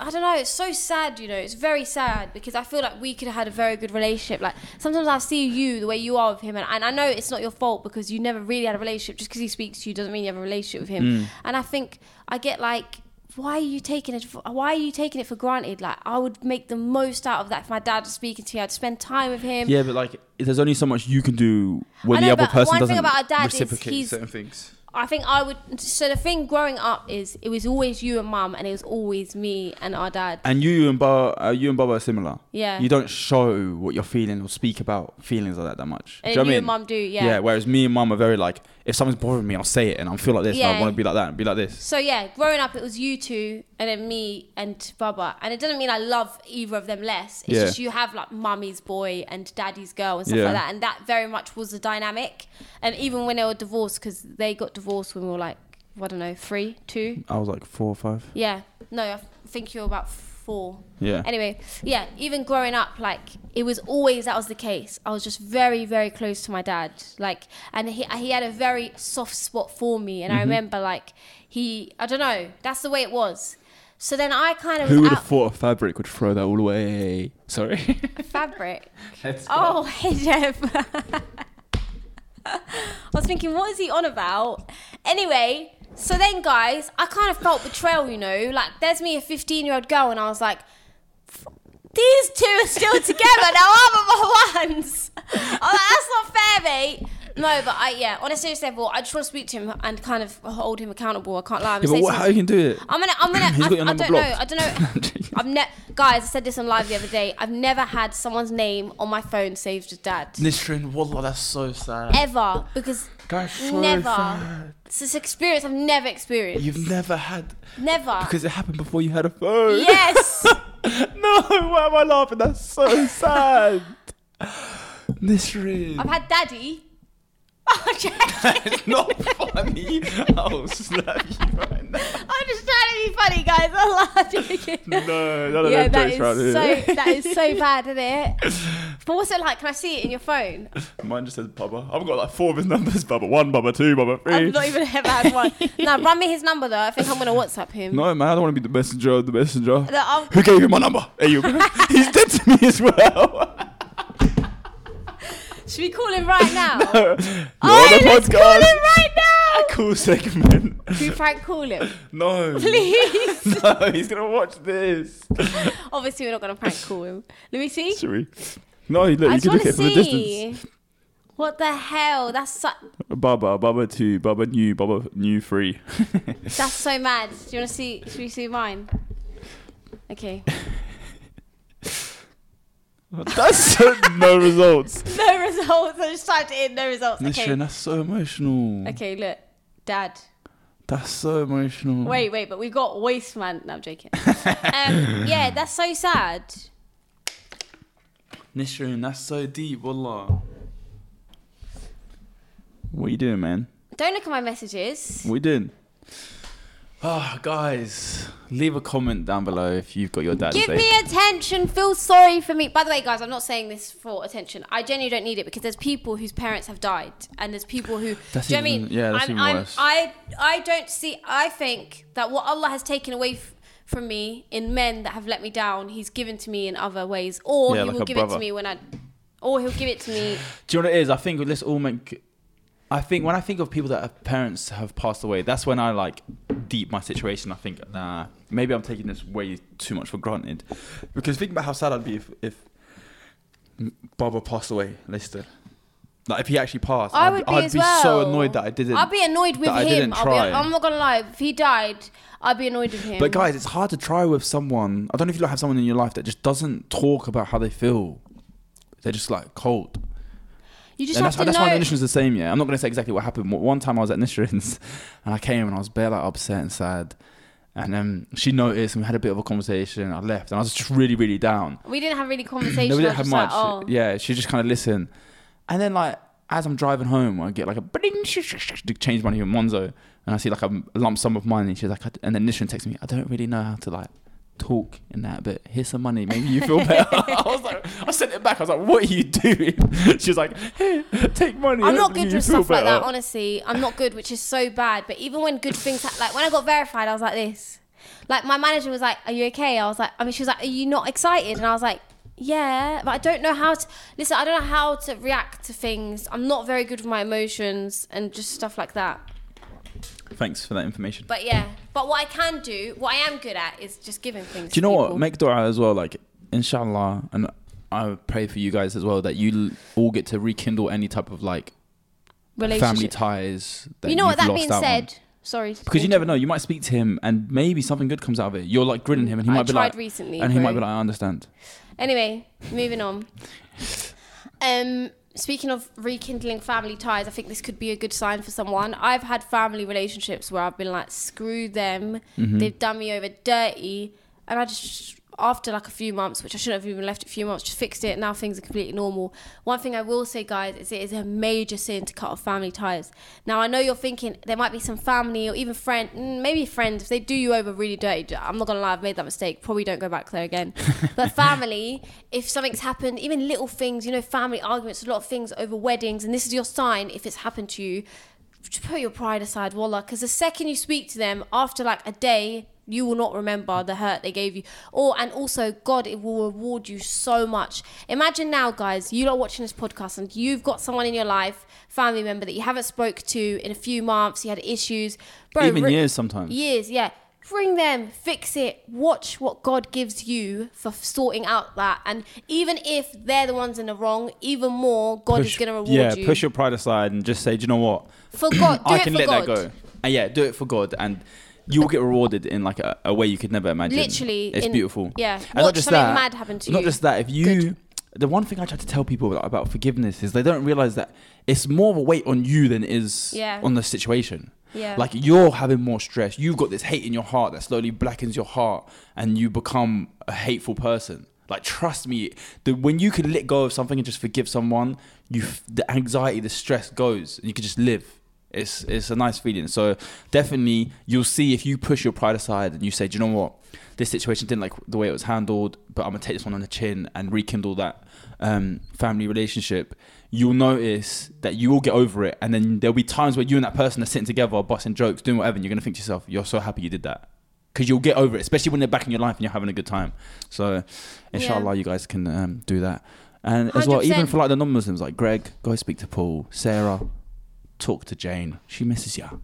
Speaker 2: I don't know. It's so sad, you know. It's very sad because I feel like we could have had a very good relationship. Like sometimes I see you the way you are with him, and, and I know it's not your fault because you never really had a relationship. Just because he speaks to you doesn't mean you have a relationship with him.
Speaker 1: Mm.
Speaker 2: And I think I get like. Why are you taking it? For, why are you taking it for granted? Like I would make the most out of that if my dad was speaking to me. I'd spend time with him.
Speaker 1: Yeah, but like, there's only so much you can do when
Speaker 2: I know,
Speaker 1: the other
Speaker 2: but
Speaker 1: person
Speaker 2: one thing
Speaker 1: doesn't
Speaker 2: about our dad is
Speaker 1: reciprocate
Speaker 2: he's-
Speaker 1: certain things.
Speaker 2: I think I would. So the thing growing up is it was always you and mum, and it was always me and our dad.
Speaker 1: And you and Bob, uh, you and Bob are similar.
Speaker 2: Yeah.
Speaker 1: You don't show what you're feeling or speak about feelings like that that much. do
Speaker 2: And
Speaker 1: you, know what
Speaker 2: you
Speaker 1: I mean?
Speaker 2: and mum do, yeah.
Speaker 1: Yeah. Whereas me and mum are very like, if something's bothering me, I'll say it, and I feel like this, and I
Speaker 2: Yeah.
Speaker 1: want to be like that, and be like this.
Speaker 2: So yeah, growing up it was you two, and then me and Baba. And it doesn't mean I love either of them less. It's
Speaker 1: Yeah.
Speaker 2: just you have like mummy's boy and daddy's girl and stuff
Speaker 1: Yeah.
Speaker 2: like that, and that very much was the dynamic. And even when they were divorced, because they got divorced when we were like I don't know three, two.
Speaker 1: I was like four or five.
Speaker 2: Yeah, no, I think you were about four.
Speaker 1: Yeah.
Speaker 2: Anyway, yeah, even growing up, like it was always that was the case. I was just very, very close to my dad, like, and he he had a very soft spot for me, and I
Speaker 1: Mm-hmm.
Speaker 2: remember like he, I don't know, that's the way it was. So then I kind of
Speaker 1: Who would
Speaker 2: was
Speaker 1: have
Speaker 2: out
Speaker 1: thought a fabric would throw that all away? Sorry.
Speaker 2: fabric. Oh, hey Jeff. I was thinking, what is he on about? Anyway, so then, guys, I kind of felt betrayal, you know? Like, there's me, a 15 year old girl, and I was like, these two are still together. now I'm on my ones. I'm like, that's not fair, mate. No, but I, yeah, on a serious level, I just want to speak to him and kind of hold him accountable. I can't lie. I'm
Speaker 1: Yeah,
Speaker 2: gonna
Speaker 1: but
Speaker 2: say
Speaker 1: what,
Speaker 2: something-
Speaker 1: how you can do it?
Speaker 2: I'm gonna, I'm gonna.
Speaker 1: He's
Speaker 2: I,
Speaker 1: got your
Speaker 2: I
Speaker 1: number
Speaker 2: don't know. I
Speaker 1: blocked.
Speaker 2: don't know. I've ne- guys. I said this on live the other day. I've never had someone's name on my phone saved as dad
Speaker 3: Nisrin, wallah, that's so sad.
Speaker 2: ever because
Speaker 3: That's so
Speaker 2: never.
Speaker 3: sad.
Speaker 2: It's this experience I've never experienced.
Speaker 3: You've never had
Speaker 2: never.
Speaker 1: Because it happened before you had a phone.
Speaker 2: yes.
Speaker 1: no, why am I laughing? That's so sad.
Speaker 3: Nisrin.
Speaker 2: I've had daddy. Oh, Jack,
Speaker 3: it's not funny. I'll slap you right now.
Speaker 2: I'm just trying to be funny, guys. I'm laughing.
Speaker 1: No, none of
Speaker 2: Yeah,
Speaker 1: them
Speaker 2: that
Speaker 1: jokes
Speaker 2: is
Speaker 1: right here.
Speaker 2: so that is so bad, isn't it? But what's it like? Can I see it in your phone?
Speaker 1: Mine just says Bubba. I've got like four of his numbers Bubba 1, Bubba 2, Bubba 3.
Speaker 2: I've not even ever had one. now run me his number though. I think I'm gonna WhatsApp him.
Speaker 1: no, man, I don't want to be the messenger of the messenger.
Speaker 2: No, I'm-
Speaker 1: Who gave you my number? Hey, you. He's dead to me as well.
Speaker 2: Should we call him right now?
Speaker 1: You're
Speaker 2: Oh,
Speaker 1: on the
Speaker 2: let's call
Speaker 1: podcast.
Speaker 2: him right now.
Speaker 1: Cool segment.
Speaker 2: Do Frank call him,
Speaker 1: No.
Speaker 2: please?
Speaker 1: No, he's going to watch this.
Speaker 2: Obviously, we're not gonna prank call him. Let me see.
Speaker 1: Sorry. No, look,
Speaker 2: I
Speaker 1: you
Speaker 2: just
Speaker 1: can look at
Speaker 2: want to
Speaker 1: it from a distance.
Speaker 2: see. What the hell? That's so,
Speaker 1: Baba, Baba two, Baba new, Baba new three.
Speaker 2: that's so mad. Do you want to see? Should we see mine? Okay.
Speaker 1: That's so no results.
Speaker 2: No results. I just typed it in. No results.
Speaker 1: Nishan,
Speaker 2: Okay.
Speaker 1: that's so emotional.
Speaker 2: Okay. Look, Dad.
Speaker 1: That's so emotional.
Speaker 2: Wait, wait. But we got waste man. No, I'm joking. um, yeah, that's so sad.
Speaker 3: Nisrin, that's so deep, wallah.
Speaker 1: What are you doing, man?
Speaker 2: Don't look at my messages.
Speaker 1: What are you doing?
Speaker 3: Ah, guys,
Speaker 1: Leave a comment down below if you've got your dad's
Speaker 2: Give
Speaker 1: name.
Speaker 2: me attention. Feel sorry for me. By the way, guys, I'm not saying this for attention. I genuinely don't need it because there's people whose parents have died, and there's people who.
Speaker 1: That's
Speaker 2: do you know what I
Speaker 1: even-
Speaker 2: mean?
Speaker 1: yeah, that's
Speaker 2: I'm,
Speaker 1: even
Speaker 2: I'm,
Speaker 1: worse.
Speaker 2: I I don't see. I think that what Allah has taken away. F- from me in men that have let me down, he's given to me in other ways, or
Speaker 1: Yeah,
Speaker 2: he
Speaker 1: like
Speaker 2: will
Speaker 1: a
Speaker 2: give it
Speaker 1: brother.
Speaker 2: to me when I, or he'll give it to me.
Speaker 1: Do you know what it is? I think let's all make. I think when I think of people that have parents have passed away, that's when I like deep my situation. I think, nah, maybe I'm taking this way too much for granted. Because think about how sad I'd be if, if Baba passed away, Lester. Like if he actually passed,
Speaker 2: I
Speaker 1: I'd,
Speaker 2: would be
Speaker 1: I'd
Speaker 2: as
Speaker 1: be
Speaker 2: well.
Speaker 1: so annoyed that I didn't.
Speaker 2: I'd be annoyed with
Speaker 1: that I
Speaker 2: him.
Speaker 1: didn't
Speaker 2: I'll be,
Speaker 1: try.
Speaker 2: I'm not gonna lie. If he died, I'd be annoyed with him.
Speaker 1: but guys, it's hard to try with someone. I don't know if you like have someone in your life that just doesn't talk about how they feel. They're just like cold.
Speaker 2: you just
Speaker 1: and
Speaker 2: have
Speaker 1: that's,
Speaker 2: to
Speaker 1: that's
Speaker 2: know.
Speaker 1: why the Nishan's the same, yeah. I'm not going to say exactly what happened. One- One time I was at Nishan's and I came and I was bare like upset and sad. And um, she noticed and we had a bit of a conversation and I left and I was just really, really down.
Speaker 2: we didn't have really conversation.
Speaker 1: No, we
Speaker 2: I
Speaker 1: didn't
Speaker 2: was
Speaker 1: have
Speaker 2: just
Speaker 1: much.
Speaker 2: Like, oh.
Speaker 1: Yeah, she just kind of listened. And then like as I'm driving home, I get like a bling, sh- sh- sh- to change money in Monzo, and I see like a lump sum of money. She's like, I d- and then Nishan texts me, I don't really know how to like talk in that, but here's some money. Maybe you feel better. I was like, I sent it back. I was like, what are you doing? She's like, hey, take money.
Speaker 2: I'm not
Speaker 1: hopefully
Speaker 2: good
Speaker 1: you
Speaker 2: with
Speaker 1: feel
Speaker 2: stuff like that,
Speaker 1: better."
Speaker 2: honestly. I'm not good, which is so bad. But even when good things ha- like when I got verified, I was like this. Like my manager was like, "Are you okay?" I was like, I mean, she was like, "Are you not excited?" And I was like, "Yeah," but I don't know how to listen. I don't know how to react to things. I'm not very good with my emotions and just stuff like that.
Speaker 1: Thanks for that information.
Speaker 2: But yeah, but what I can do, what I am good at, is just giving things.
Speaker 1: Do you know
Speaker 2: to
Speaker 1: what?
Speaker 2: people.
Speaker 1: Make dua as well. Like, inshallah, and I pray for you guys as well that you l- all get to rekindle any type of like family
Speaker 2: Relationship.
Speaker 1: ties. That
Speaker 2: you know what?
Speaker 1: you've
Speaker 2: That
Speaker 1: lost
Speaker 2: being
Speaker 1: out on.
Speaker 2: said, sorry. to
Speaker 1: Because you
Speaker 2: talk-
Speaker 1: never know. You might speak to him, and maybe something good comes out of it. You're like grinning him, and he
Speaker 2: I
Speaker 1: might be
Speaker 2: tried
Speaker 1: like,
Speaker 2: recently,
Speaker 1: and he might
Speaker 2: bro.
Speaker 1: be like, I understand.
Speaker 2: Anyway, moving on. Um, speaking of rekindling family ties, I think this could be a good sign for someone. I've had family relationships where I've been like, screw them, they've done me over dirty, and I just after like a few months, which I shouldn't have even left it a few months, just fixed it. Now things are completely normal. One thing I will say, guys, is it is a major sin to cut off family ties. Now I know you're thinking there might be some family or even friend, mm, maybe friends. If they do you over really dirty, I'm not gonna lie, I've made that mistake. Probably don't go back there again. but family, if something's happened, even little things, you know, family arguments, a lot of things over weddings, and this is your sign if it's happened to you. Just put your pride aside, wallah, because the second you speak to them after like a day, you will not remember the hurt they gave you. Or and also, God, it will reward you so much. Imagine now, guys, you are watching this podcast and you've got someone in your life, family member that you haven't spoke to in a few months. You had issues, bro.
Speaker 1: Even
Speaker 2: re-
Speaker 1: years sometimes.
Speaker 2: Years, yeah. Bring them, fix it. Watch what God gives you for f- sorting out that. And even if they're the ones in the wrong, even more, God is
Speaker 1: Push-
Speaker 2: going to reward
Speaker 1: yeah,
Speaker 2: you.
Speaker 1: push your pride aside and just say, do you know what?
Speaker 2: for God, do
Speaker 1: I
Speaker 2: it
Speaker 1: can
Speaker 2: for
Speaker 1: let
Speaker 2: God.
Speaker 1: that go. And yeah, do it for God, and you will get rewarded in like a, a way you could never imagine.
Speaker 2: Literally,
Speaker 1: it's
Speaker 2: in-
Speaker 1: beautiful.
Speaker 2: yeah.
Speaker 1: and
Speaker 2: Watch
Speaker 1: not just
Speaker 2: something
Speaker 1: that.
Speaker 2: mad happen to
Speaker 1: not
Speaker 2: you.
Speaker 1: just that. If you,
Speaker 2: Good.
Speaker 1: the one thing I try to tell people about, about forgiveness is they don't realize that it's more of a weight on you than it is
Speaker 2: Yeah.
Speaker 1: on the situation.
Speaker 2: Yeah.
Speaker 1: Like you're having more stress. You've got this hate in your heart that slowly blackens your heart, and you become a hateful person. Like trust me, the, when you can let go of something and just forgive someone, you f- the anxiety, the stress goes, and you can just live. It's it's a nice feeling. So definitely, you'll see if you push your pride aside and you say, "Do you know what? This situation didn't like the way it was handled, but I'm gonna take this one on the chin and rekindle that um, family relationship." You'll notice that you will get over it, and then there'll be times where you and that person are sitting together, busting jokes, doing whatever, and you're gonna think to yourself, "You're so happy you did that," because you'll get over it, especially when they're back in your life and you're having a good time. So, inshallah, you guys can um, do that. And as well, even
Speaker 2: 100%.
Speaker 1: for like the non-Muslims, like Greg, go speak to Paul, Sarah, talk to Jane. She misses you.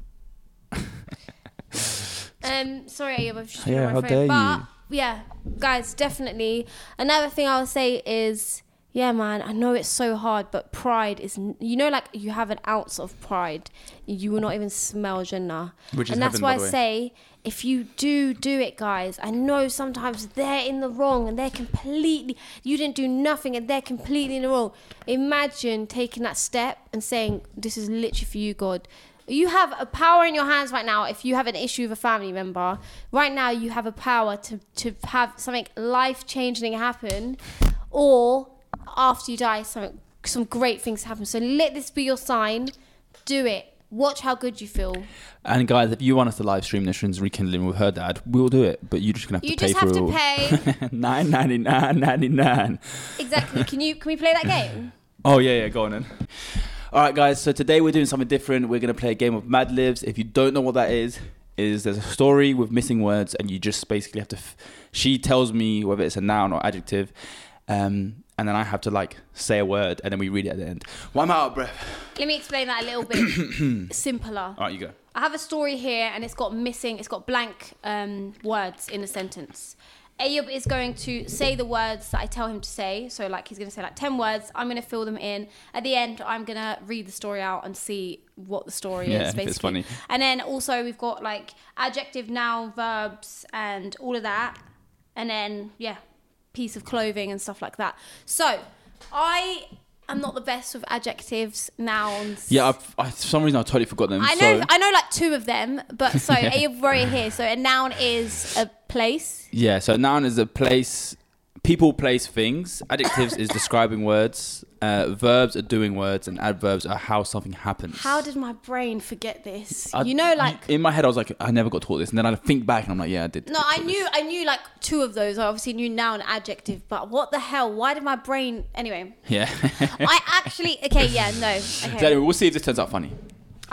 Speaker 2: Um, sorry, Ayub, I've just
Speaker 1: Yeah,
Speaker 2: yeah,
Speaker 1: how
Speaker 2: my phone.
Speaker 1: dare
Speaker 2: but
Speaker 1: you.
Speaker 2: yeah, guys, definitely. Another thing I'll say is, yeah, man, I know it's so hard, but pride is, n- you know, like you have an ounce of pride, you will not even smell Jannah.
Speaker 1: Which is
Speaker 2: and that's
Speaker 1: heaven,
Speaker 2: why
Speaker 1: by the
Speaker 2: I
Speaker 1: way.
Speaker 2: say, if you do do it, guys, I know sometimes they're in the wrong and they're completely, you didn't do nothing and they're completely in the wrong. Imagine taking that step and saying, This is literally for you, God. You have a power in your hands right now. If you have an issue with a family member, right now you have a power to, to have something life changing happen, or after you die, some, some great things happen. So let this be your sign. Do it. Watch how good you feel.
Speaker 1: And guys, if you want us to live stream Nishrin's rekindling with her dad, we'll do it. But you're just gonna have to
Speaker 2: You
Speaker 1: pay
Speaker 2: just
Speaker 1: for
Speaker 2: have
Speaker 1: it.
Speaker 2: to
Speaker 1: all.
Speaker 2: pay.
Speaker 1: Nine ninety nine ninety nine.
Speaker 2: Exactly. Can you can we play that game?
Speaker 1: Oh yeah, yeah. Go on then. All right, guys. So today we're doing something different. We're gonna play a game of Mad Libs. If you don't know what that is, is there's a story with missing words, and you just basically have to. F- she tells me whether it's a noun or adjective, um, and then I have to like say a word, and then we read it at the end. Well, I'm out of breath.
Speaker 2: Let me explain that a little bit simpler.
Speaker 1: All right, you go.
Speaker 2: I have a story here and it's got missing, it's got blank um, words in a sentence. Ayub is going to say the words that I tell him to say. So, like, he's going to say like 10 words. I'm going to fill them in. At the end, I'm going to read the story out and see what the story
Speaker 1: Yeah,
Speaker 2: is,
Speaker 1: if it's
Speaker 2: basically.
Speaker 1: funny.
Speaker 2: And then also, we've got like adjective, noun, verbs, and all of that. And then, yeah, piece of clothing and stuff like that. So, I am not the best with adjectives, nouns.
Speaker 1: Yeah, I've, I, for some reason I totally forgot them.
Speaker 2: I
Speaker 1: so,
Speaker 2: know, I know, like two of them, but so a right here. So a noun is a place.
Speaker 1: yeah, so a noun is a place, people, place, things. Adjectives is describing words. Uh, verbs are doing words, and adverbs are how something happens.
Speaker 2: How did my brain forget this?
Speaker 1: I-
Speaker 2: you know, like
Speaker 1: in my head, I was like, I never got taught this, and then I think back, and I'm like, yeah, I did.
Speaker 2: No, I knew I knew like two of those. I obviously knew noun adjective, but what the hell? Why did my brain anyway?
Speaker 1: Yeah.
Speaker 2: I actually okay, yeah, no.
Speaker 1: So anyway,
Speaker 2: Okay.
Speaker 1: we'll see if this turns out funny.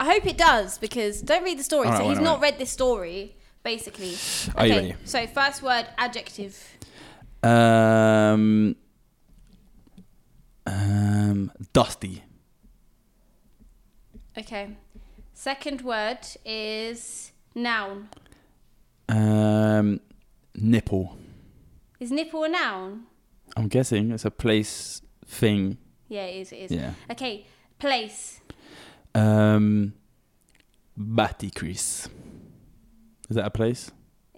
Speaker 2: I hope it does because don't read the story.
Speaker 1: All right,
Speaker 2: so
Speaker 1: wait,
Speaker 2: he's
Speaker 1: wait,
Speaker 2: not
Speaker 1: wait.
Speaker 2: read this story, basically. Okay.
Speaker 1: Are you ready?
Speaker 2: So first word, adjective.
Speaker 1: Um, um, dusty.
Speaker 2: Okay. Second word is noun.
Speaker 1: Um, nipple.
Speaker 2: Is nipple a noun?
Speaker 1: I'm guessing it's a place thing.
Speaker 2: Yeah, it is, it is.
Speaker 1: Yeah.
Speaker 2: Okay. Place.
Speaker 1: Um, batty crease. Is that a place?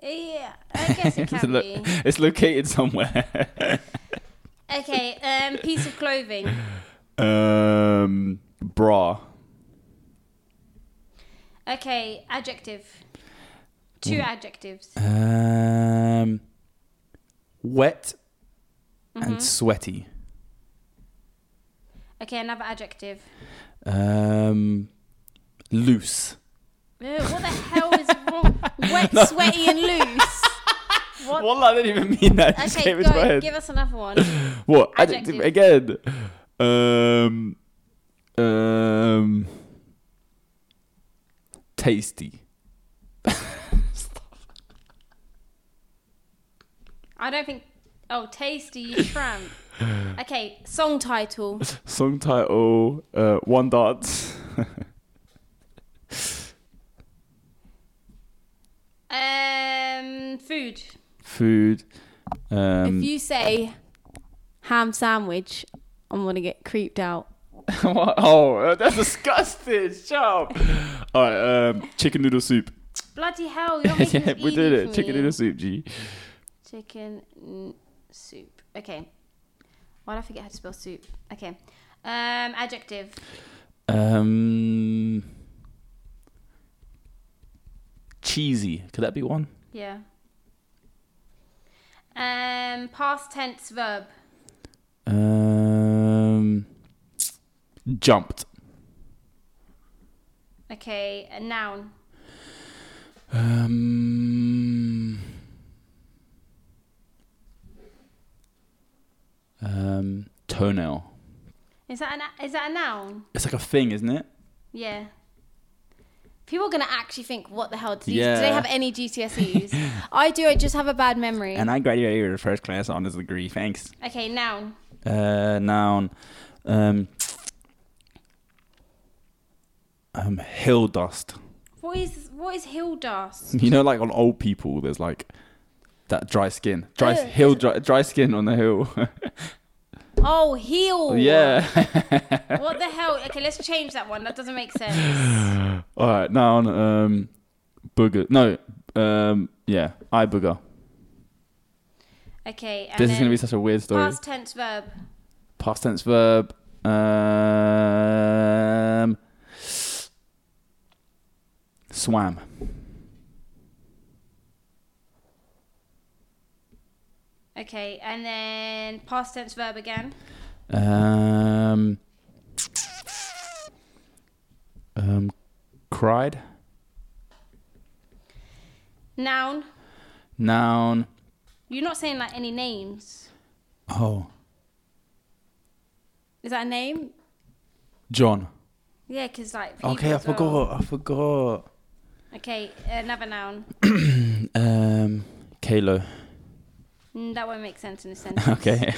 Speaker 2: Yeah. I guess it
Speaker 1: It's
Speaker 2: can
Speaker 1: lo-
Speaker 2: be.
Speaker 1: It's located somewhere.
Speaker 2: Okay, um piece of clothing.
Speaker 1: um, bra.
Speaker 2: Okay, adjective. Two adjectives.
Speaker 1: Um, wet
Speaker 2: Mm-hmm.
Speaker 1: and sweaty.
Speaker 2: Okay, another adjective.
Speaker 1: Um, loose.
Speaker 2: Uh, what the hell is wrong? Wet, sweaty, and loose. What?
Speaker 1: Well, I didn't even mean that. it just
Speaker 2: Okay,
Speaker 1: came into my
Speaker 2: go.
Speaker 1: head.
Speaker 2: Give us another one.
Speaker 1: What
Speaker 2: Adjective.
Speaker 1: adjective again? Um, um, tasty.
Speaker 2: I don't think. Oh, tasty, you tramp. Okay, song title.
Speaker 1: Song title: uh, One Dance.
Speaker 2: Um, food.
Speaker 1: Food.
Speaker 2: if
Speaker 1: Um,
Speaker 2: you say ham sandwich, I'm gonna get creeped out.
Speaker 1: what? Oh, uh, that's disgusting. Shut up. All right. Um, chicken noodle soup.
Speaker 2: Bloody hell! You're not making
Speaker 1: yeah,
Speaker 2: this
Speaker 1: we
Speaker 2: easy
Speaker 1: did
Speaker 2: for
Speaker 1: it. Chicken
Speaker 2: me.
Speaker 1: noodle soup. G.
Speaker 2: Chicken n- soup. Okay. Why did I forget how to spell soup? Okay. Um, adjective.
Speaker 1: Um, cheesy. Could that be one?
Speaker 2: Yeah. Um, past tense verb.
Speaker 1: Um, jumped.
Speaker 2: Okay, a noun.
Speaker 1: Um, um, toenail.
Speaker 2: Is that an is that a noun?
Speaker 1: It's like a thing, isn't it?
Speaker 2: Yeah. People are gonna actually think, what the hell? Do, these, do
Speaker 1: Yeah.
Speaker 2: they have any GCSEs? I do. I just have a bad memory.
Speaker 1: I graduated with a first class honors degree. Thanks.
Speaker 2: okay, noun.
Speaker 1: Uh, noun. Um, um, hill dust.
Speaker 2: What is what is hill dust?
Speaker 1: You know, like on old people, there's like that dry skin, dry
Speaker 2: Ugh.
Speaker 1: hill, dry, dry skin on the hill.
Speaker 2: Oh, heel.
Speaker 1: yeah.
Speaker 2: What the hell? Okay, let's change that one. That doesn't make sense.
Speaker 1: All right, noun. Um, booger. No. Um, yeah, I booger.
Speaker 2: Okay. And
Speaker 1: this
Speaker 2: then
Speaker 1: is gonna be such a weird story.
Speaker 2: past tense verb.
Speaker 1: Past tense verb. Um, swam.
Speaker 2: Okay, and then past tense verb again.
Speaker 1: Um, um, cried.
Speaker 2: Noun.
Speaker 1: Noun.
Speaker 2: You're not saying like any names.
Speaker 1: Oh,
Speaker 2: Is that a name?
Speaker 1: John.
Speaker 2: Yeah, because like. people
Speaker 1: Okay, I
Speaker 2: as well.
Speaker 1: forgot. I forgot.
Speaker 2: Okay, another noun.
Speaker 1: Um, Kalo.
Speaker 2: Mm, that won't make sense in a sentence.
Speaker 1: Okay.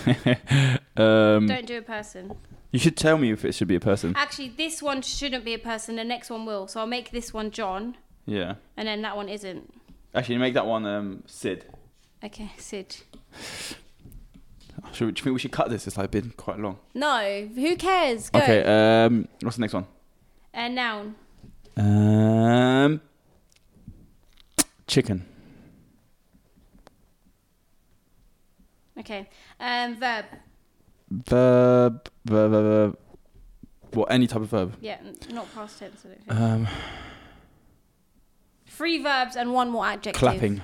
Speaker 1: um,
Speaker 2: Don't do a person.
Speaker 1: you should tell me if it should be a person.
Speaker 2: Actually, this one shouldn't be a person. The next one will. So I'll make this one John,
Speaker 1: Yeah.
Speaker 2: and then that one isn't.
Speaker 1: Actually, make that one um, Sid.
Speaker 2: Okay, Sid.
Speaker 1: Should we, do you think we should cut this? It's like been quite long.
Speaker 2: No, who cares? Go.
Speaker 1: Okay. Um, what's the next one?
Speaker 2: A noun.
Speaker 1: Um, chicken.
Speaker 2: Okay. Um, verb.
Speaker 1: Verb. Verb. verb, verb. What? Any type of verb.
Speaker 2: Yeah, n- not past tense. I don't think.
Speaker 1: Um,
Speaker 2: Three verbs and one more adjective.
Speaker 1: clapping.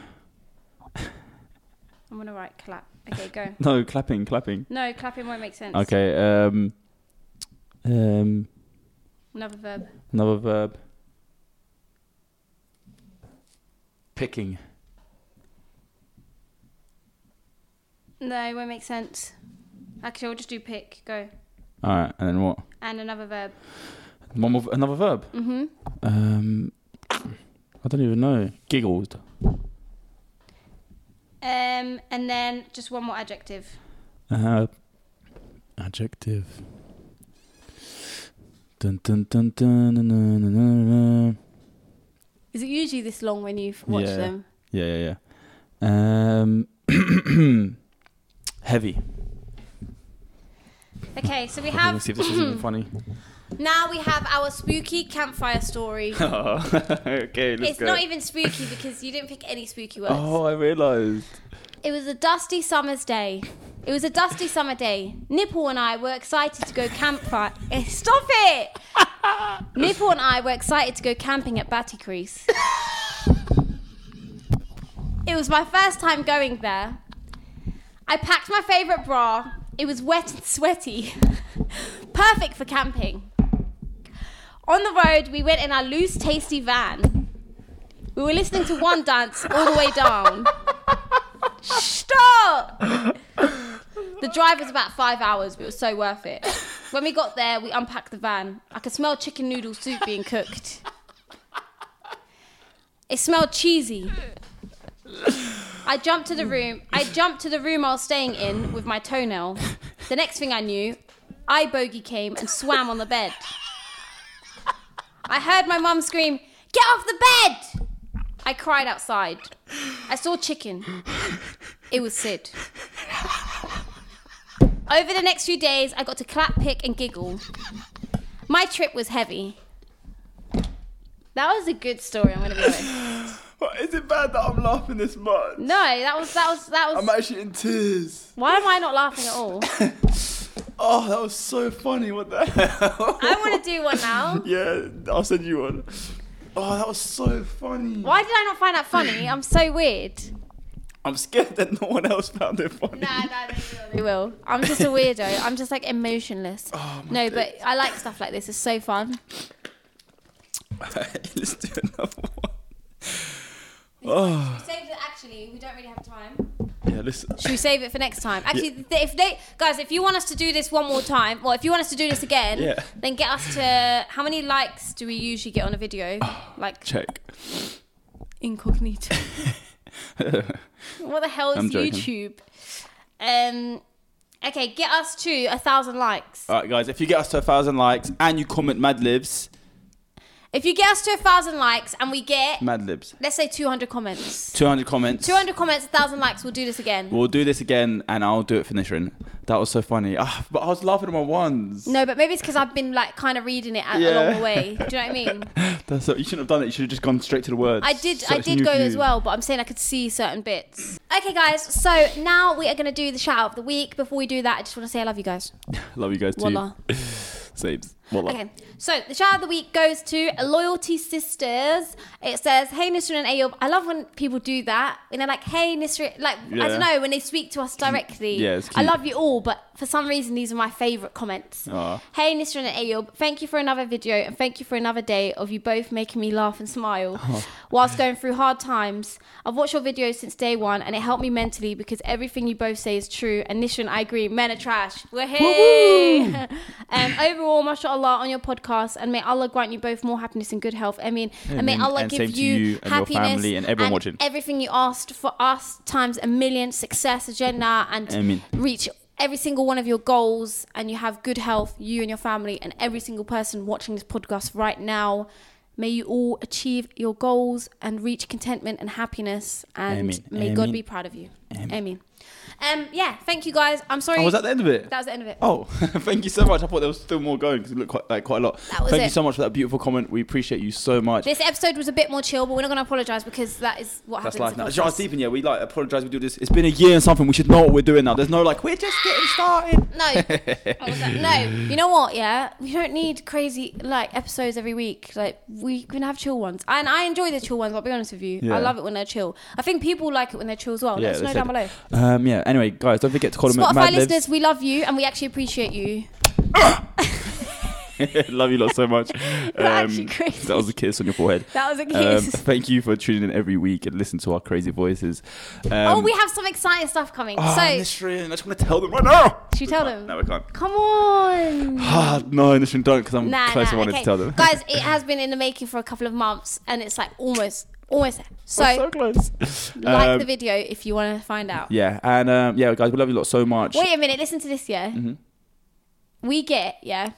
Speaker 2: I'm gonna write clap. Okay, go.
Speaker 1: No, clapping, clapping.
Speaker 2: No, clapping won't make sense.
Speaker 1: Okay. Um. Um.
Speaker 2: Another verb.
Speaker 1: Another verb. Picking.
Speaker 2: No, it won't make sense. Actually, I'll just do pick. Go.
Speaker 1: All right, and then what?
Speaker 2: And another verb.
Speaker 1: One more, another verb.
Speaker 2: Mm-hmm.
Speaker 1: Um. I don't even know. Giggled.
Speaker 2: Um, and then just one more adjective.
Speaker 1: Uh, adjective. Dun, dun, dun, dun, dun, dun, dun, dun, dun.
Speaker 2: Is it usually this long when you watch
Speaker 1: Yeah.
Speaker 2: them?
Speaker 1: Yeah, yeah, yeah. Um, heavy.
Speaker 2: Okay, so we
Speaker 1: Let me
Speaker 2: have
Speaker 1: see if this is even funny.
Speaker 2: now we have our spooky campfire story.
Speaker 1: okay,
Speaker 2: it's not even spooky because you didn't pick any spooky words.
Speaker 1: Oh, I realised.
Speaker 2: It was a dusty summer's day. It was a dusty summer day. Nipple and I were excited to go campfire. Eh, Stop it! Nipple and I were excited to go camping at Batty Crease. it was my first time going there. I packed my favourite bra. It was wet and sweaty. Perfect for camping. On the road, we went in our loose, tasty van. We were listening to one dance all the way down. Stop! the drive was about five hours, but it was so worth it. When we got there, we unpacked the van. I could smell chicken noodle soup being cooked. It smelled cheesy. I jumped to the room. I jumped to the room I was staying in with my toenail. The next thing I knew, I bogey came and swam on the bed. I heard my mum scream, "Get off the bed!" I cried outside. I saw chicken. It was Sid. Over the next few days, I got to clap, pick, and giggle. My trip was heavy. That was a good story. I'm gonna be honest.
Speaker 3: Is it bad that I'm laughing this much?
Speaker 2: No, that was that was that was.
Speaker 3: I'm actually in tears.
Speaker 2: Why am I not laughing at all?
Speaker 3: Oh, that was so funny. What the hell?
Speaker 2: I want to do one now.
Speaker 3: Yeah, I'll send you one. Oh, that was so funny.
Speaker 2: Why did I not find that funny? I'm so weird.
Speaker 3: I'm scared that no one else found it funny.
Speaker 2: Nah, nah, they will. They will. I'm just a weirdo. I'm just like emotionless.
Speaker 3: Oh
Speaker 2: no, but I like stuff like this. It's so fun.
Speaker 3: Alright, let's do another one. Oh.
Speaker 2: We saved it. Actually, we don't really have time.
Speaker 3: Yeah, listen.
Speaker 2: Should we save it for next time? Actually, th- if they guys, if you want us to do this one more time, well, if you want us to do this again,
Speaker 3: Yeah.
Speaker 2: then get us to how many likes do we usually get on a video?
Speaker 3: Oh,
Speaker 2: Like
Speaker 3: Check.
Speaker 2: incognito. what the hell is
Speaker 1: I'm joking.
Speaker 2: YouTube? Um, okay, get us to a thousand likes.
Speaker 3: All right, guys, if you get us to a thousand likes and you comment Mad Libs,
Speaker 2: If you get us to a thousand likes and we get
Speaker 3: Mad Libs,
Speaker 2: let's say two hundred comments,
Speaker 3: 200 comments.
Speaker 2: two hundred comments, a thousand likes, we'll do this again.
Speaker 3: We'll do this again and I'll do it finishing. That was so funny. Ah, but I was laughing at my ones.
Speaker 2: No, but maybe it's because I've been like kind of reading it a- along
Speaker 3: Yeah.
Speaker 2: the way. Do you know what I mean?
Speaker 3: That's so, you shouldn't have done it. You should have just gone straight to the words.
Speaker 2: I did.
Speaker 3: So
Speaker 2: I
Speaker 3: it's
Speaker 2: did
Speaker 3: new
Speaker 2: go
Speaker 3: for
Speaker 2: as
Speaker 3: you.
Speaker 2: well, but I'm saying I could see certain bits. Okay, guys. So now we are going to do the shout out of the week. Before we do that, I just want to say I love you guys.
Speaker 3: Love you guys too.
Speaker 2: Voila.
Speaker 3: Saves. Voila.
Speaker 2: Okay. So the shout out of the week goes to Loyalty Sisters. It says, "Hey Nisrin and Ayob." I love when people do that. And they're like, "Hey Nisrin," like I
Speaker 3: Yeah.
Speaker 2: don't know when they speak to us directly.
Speaker 3: Yeah, it's
Speaker 2: I
Speaker 3: cute.
Speaker 2: love you all, but for some reason these are my favorite comments.
Speaker 3: Aw.
Speaker 2: Hey Nisrin and Ayob, thank you for another video and thank you for another day of you both making me laugh and smile
Speaker 3: Oh.
Speaker 2: whilst going through hard times. I've watched your videos since day one and it helped me mentally because everything you both say is true. And Nisrin, I agree, men are trash. We're here. um, overall, mashallah on your podcast and may Allah grant you both more happiness and good health. I mean, and may
Speaker 3: Amen.
Speaker 2: Allah
Speaker 3: And
Speaker 2: give
Speaker 3: same to
Speaker 2: you,
Speaker 3: you and your
Speaker 2: happiness
Speaker 3: family and everyone watching.
Speaker 2: everything you asked for us times a million success agenda and
Speaker 3: Amen.
Speaker 2: reach every single one of your goals and you have good health you and your family and every single person watching this podcast right now may you all achieve your goals and reach contentment and happiness and
Speaker 3: Amen.
Speaker 2: may god
Speaker 3: Amen.
Speaker 2: be proud of you amen, um yeah thank you guys i'm sorry
Speaker 3: Oh, was that the end of it?
Speaker 2: that was the end of it
Speaker 3: Oh, thank you so much. I thought there was still more going because it looked quite, like quite a lot.
Speaker 2: That was
Speaker 3: thank
Speaker 2: it.
Speaker 3: you so much for that beautiful comment. We appreciate you so much.
Speaker 2: this episode was a bit more chill but we're not going to apologize because that is what
Speaker 3: That's
Speaker 2: happens
Speaker 3: life
Speaker 2: to
Speaker 3: now.
Speaker 2: podcasts.
Speaker 3: Just deep in yeah, we like apologize. We do this. It's been a year and something. We should know what we're doing now. There's no like we're just getting started.
Speaker 2: No. I was like, no. You know what? Yeah, we don't need crazy like episodes every week. Like we can have chill ones, and I enjoy the chill ones. I'll be honest with you.
Speaker 3: Yeah.
Speaker 2: I love it when they're chill. I think people like it when they're chill as well. Let us
Speaker 3: they
Speaker 2: know
Speaker 3: said,
Speaker 2: down below.
Speaker 3: Uh,
Speaker 1: Um, yeah. Anyway, guys, don't forget to call them at
Speaker 2: Spotify
Speaker 1: Mad
Speaker 2: listeners, we love you and we actually appreciate you.
Speaker 1: Libs. Love you lot so much. Um,
Speaker 2: actually crazy.
Speaker 1: That was a kiss on your forehead.
Speaker 2: That was a
Speaker 1: Um,
Speaker 2: kiss.
Speaker 1: thank you for tuning in every week and listen to our crazy voices. Um,
Speaker 2: oh, we have some exciting stuff coming.
Speaker 1: ah,
Speaker 2: so,
Speaker 1: Nisrin, I just want to tell them right now.
Speaker 2: should we tell them?
Speaker 1: No, I can't.
Speaker 2: Come on.
Speaker 1: Ah, no, Nisrin, don't, because I'm
Speaker 2: Nah,
Speaker 1: close.
Speaker 2: nah,
Speaker 1: I wanted
Speaker 2: okay.
Speaker 1: to tell them.
Speaker 2: Guys, it has been in the making for a couple of months and it's like almost, almost there. So,
Speaker 1: so close.
Speaker 2: like
Speaker 1: Um,
Speaker 2: the video if you want to find out.
Speaker 1: Yeah, and um, yeah, guys, we love you lot so much.
Speaker 2: Wait a minute, listen to this, yeah?
Speaker 1: Mm-hmm.
Speaker 2: We get, yeah?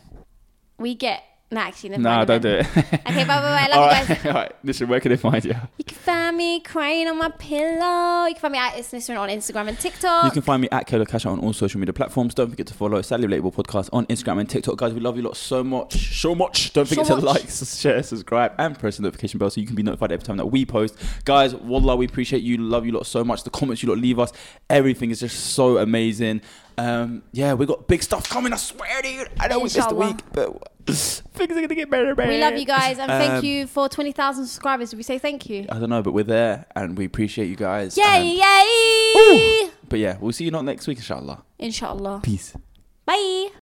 Speaker 2: We get. Nah, actually, never
Speaker 1: no,
Speaker 2: mind,
Speaker 1: don't
Speaker 2: never
Speaker 1: do it.
Speaker 2: mind. Okay, bye bye bye. I
Speaker 1: all
Speaker 2: Love you guys.
Speaker 1: right, all right. Nisrin, where can they find you?
Speaker 2: You can find me crying on my pillow. You can find me at It's Nisrin on Instagram and TikTok.
Speaker 1: You can find me at Kayla Cash Out on all social media platforms. Don't forget to follow Sadly Relatable Podcast on Instagram and TikTok. Guys, we love you lot so much. So much. Don't forget
Speaker 2: So
Speaker 1: to
Speaker 2: much.
Speaker 1: like, s- share, subscribe, and press the notification bell so you can be notified every time that we post. Guys, wallah, we appreciate you. Love you lot so much. The comments you lot leave us, everything is just so amazing. Um, yeah, we got big stuff coming, I swear to you. I know we missed a
Speaker 2: Inshallah.
Speaker 1: week, but things are going to get better and better.
Speaker 2: we love you guys and thank
Speaker 1: Um,
Speaker 2: you for 20,000 subscribers. Did we say thank you?
Speaker 1: I don't know, but we're there and we appreciate you guys.
Speaker 2: Yay,
Speaker 1: Um,
Speaker 2: yay!
Speaker 1: but yeah, we'll see you not next week, inshallah.
Speaker 2: Inshallah.
Speaker 1: Peace.
Speaker 2: Bye.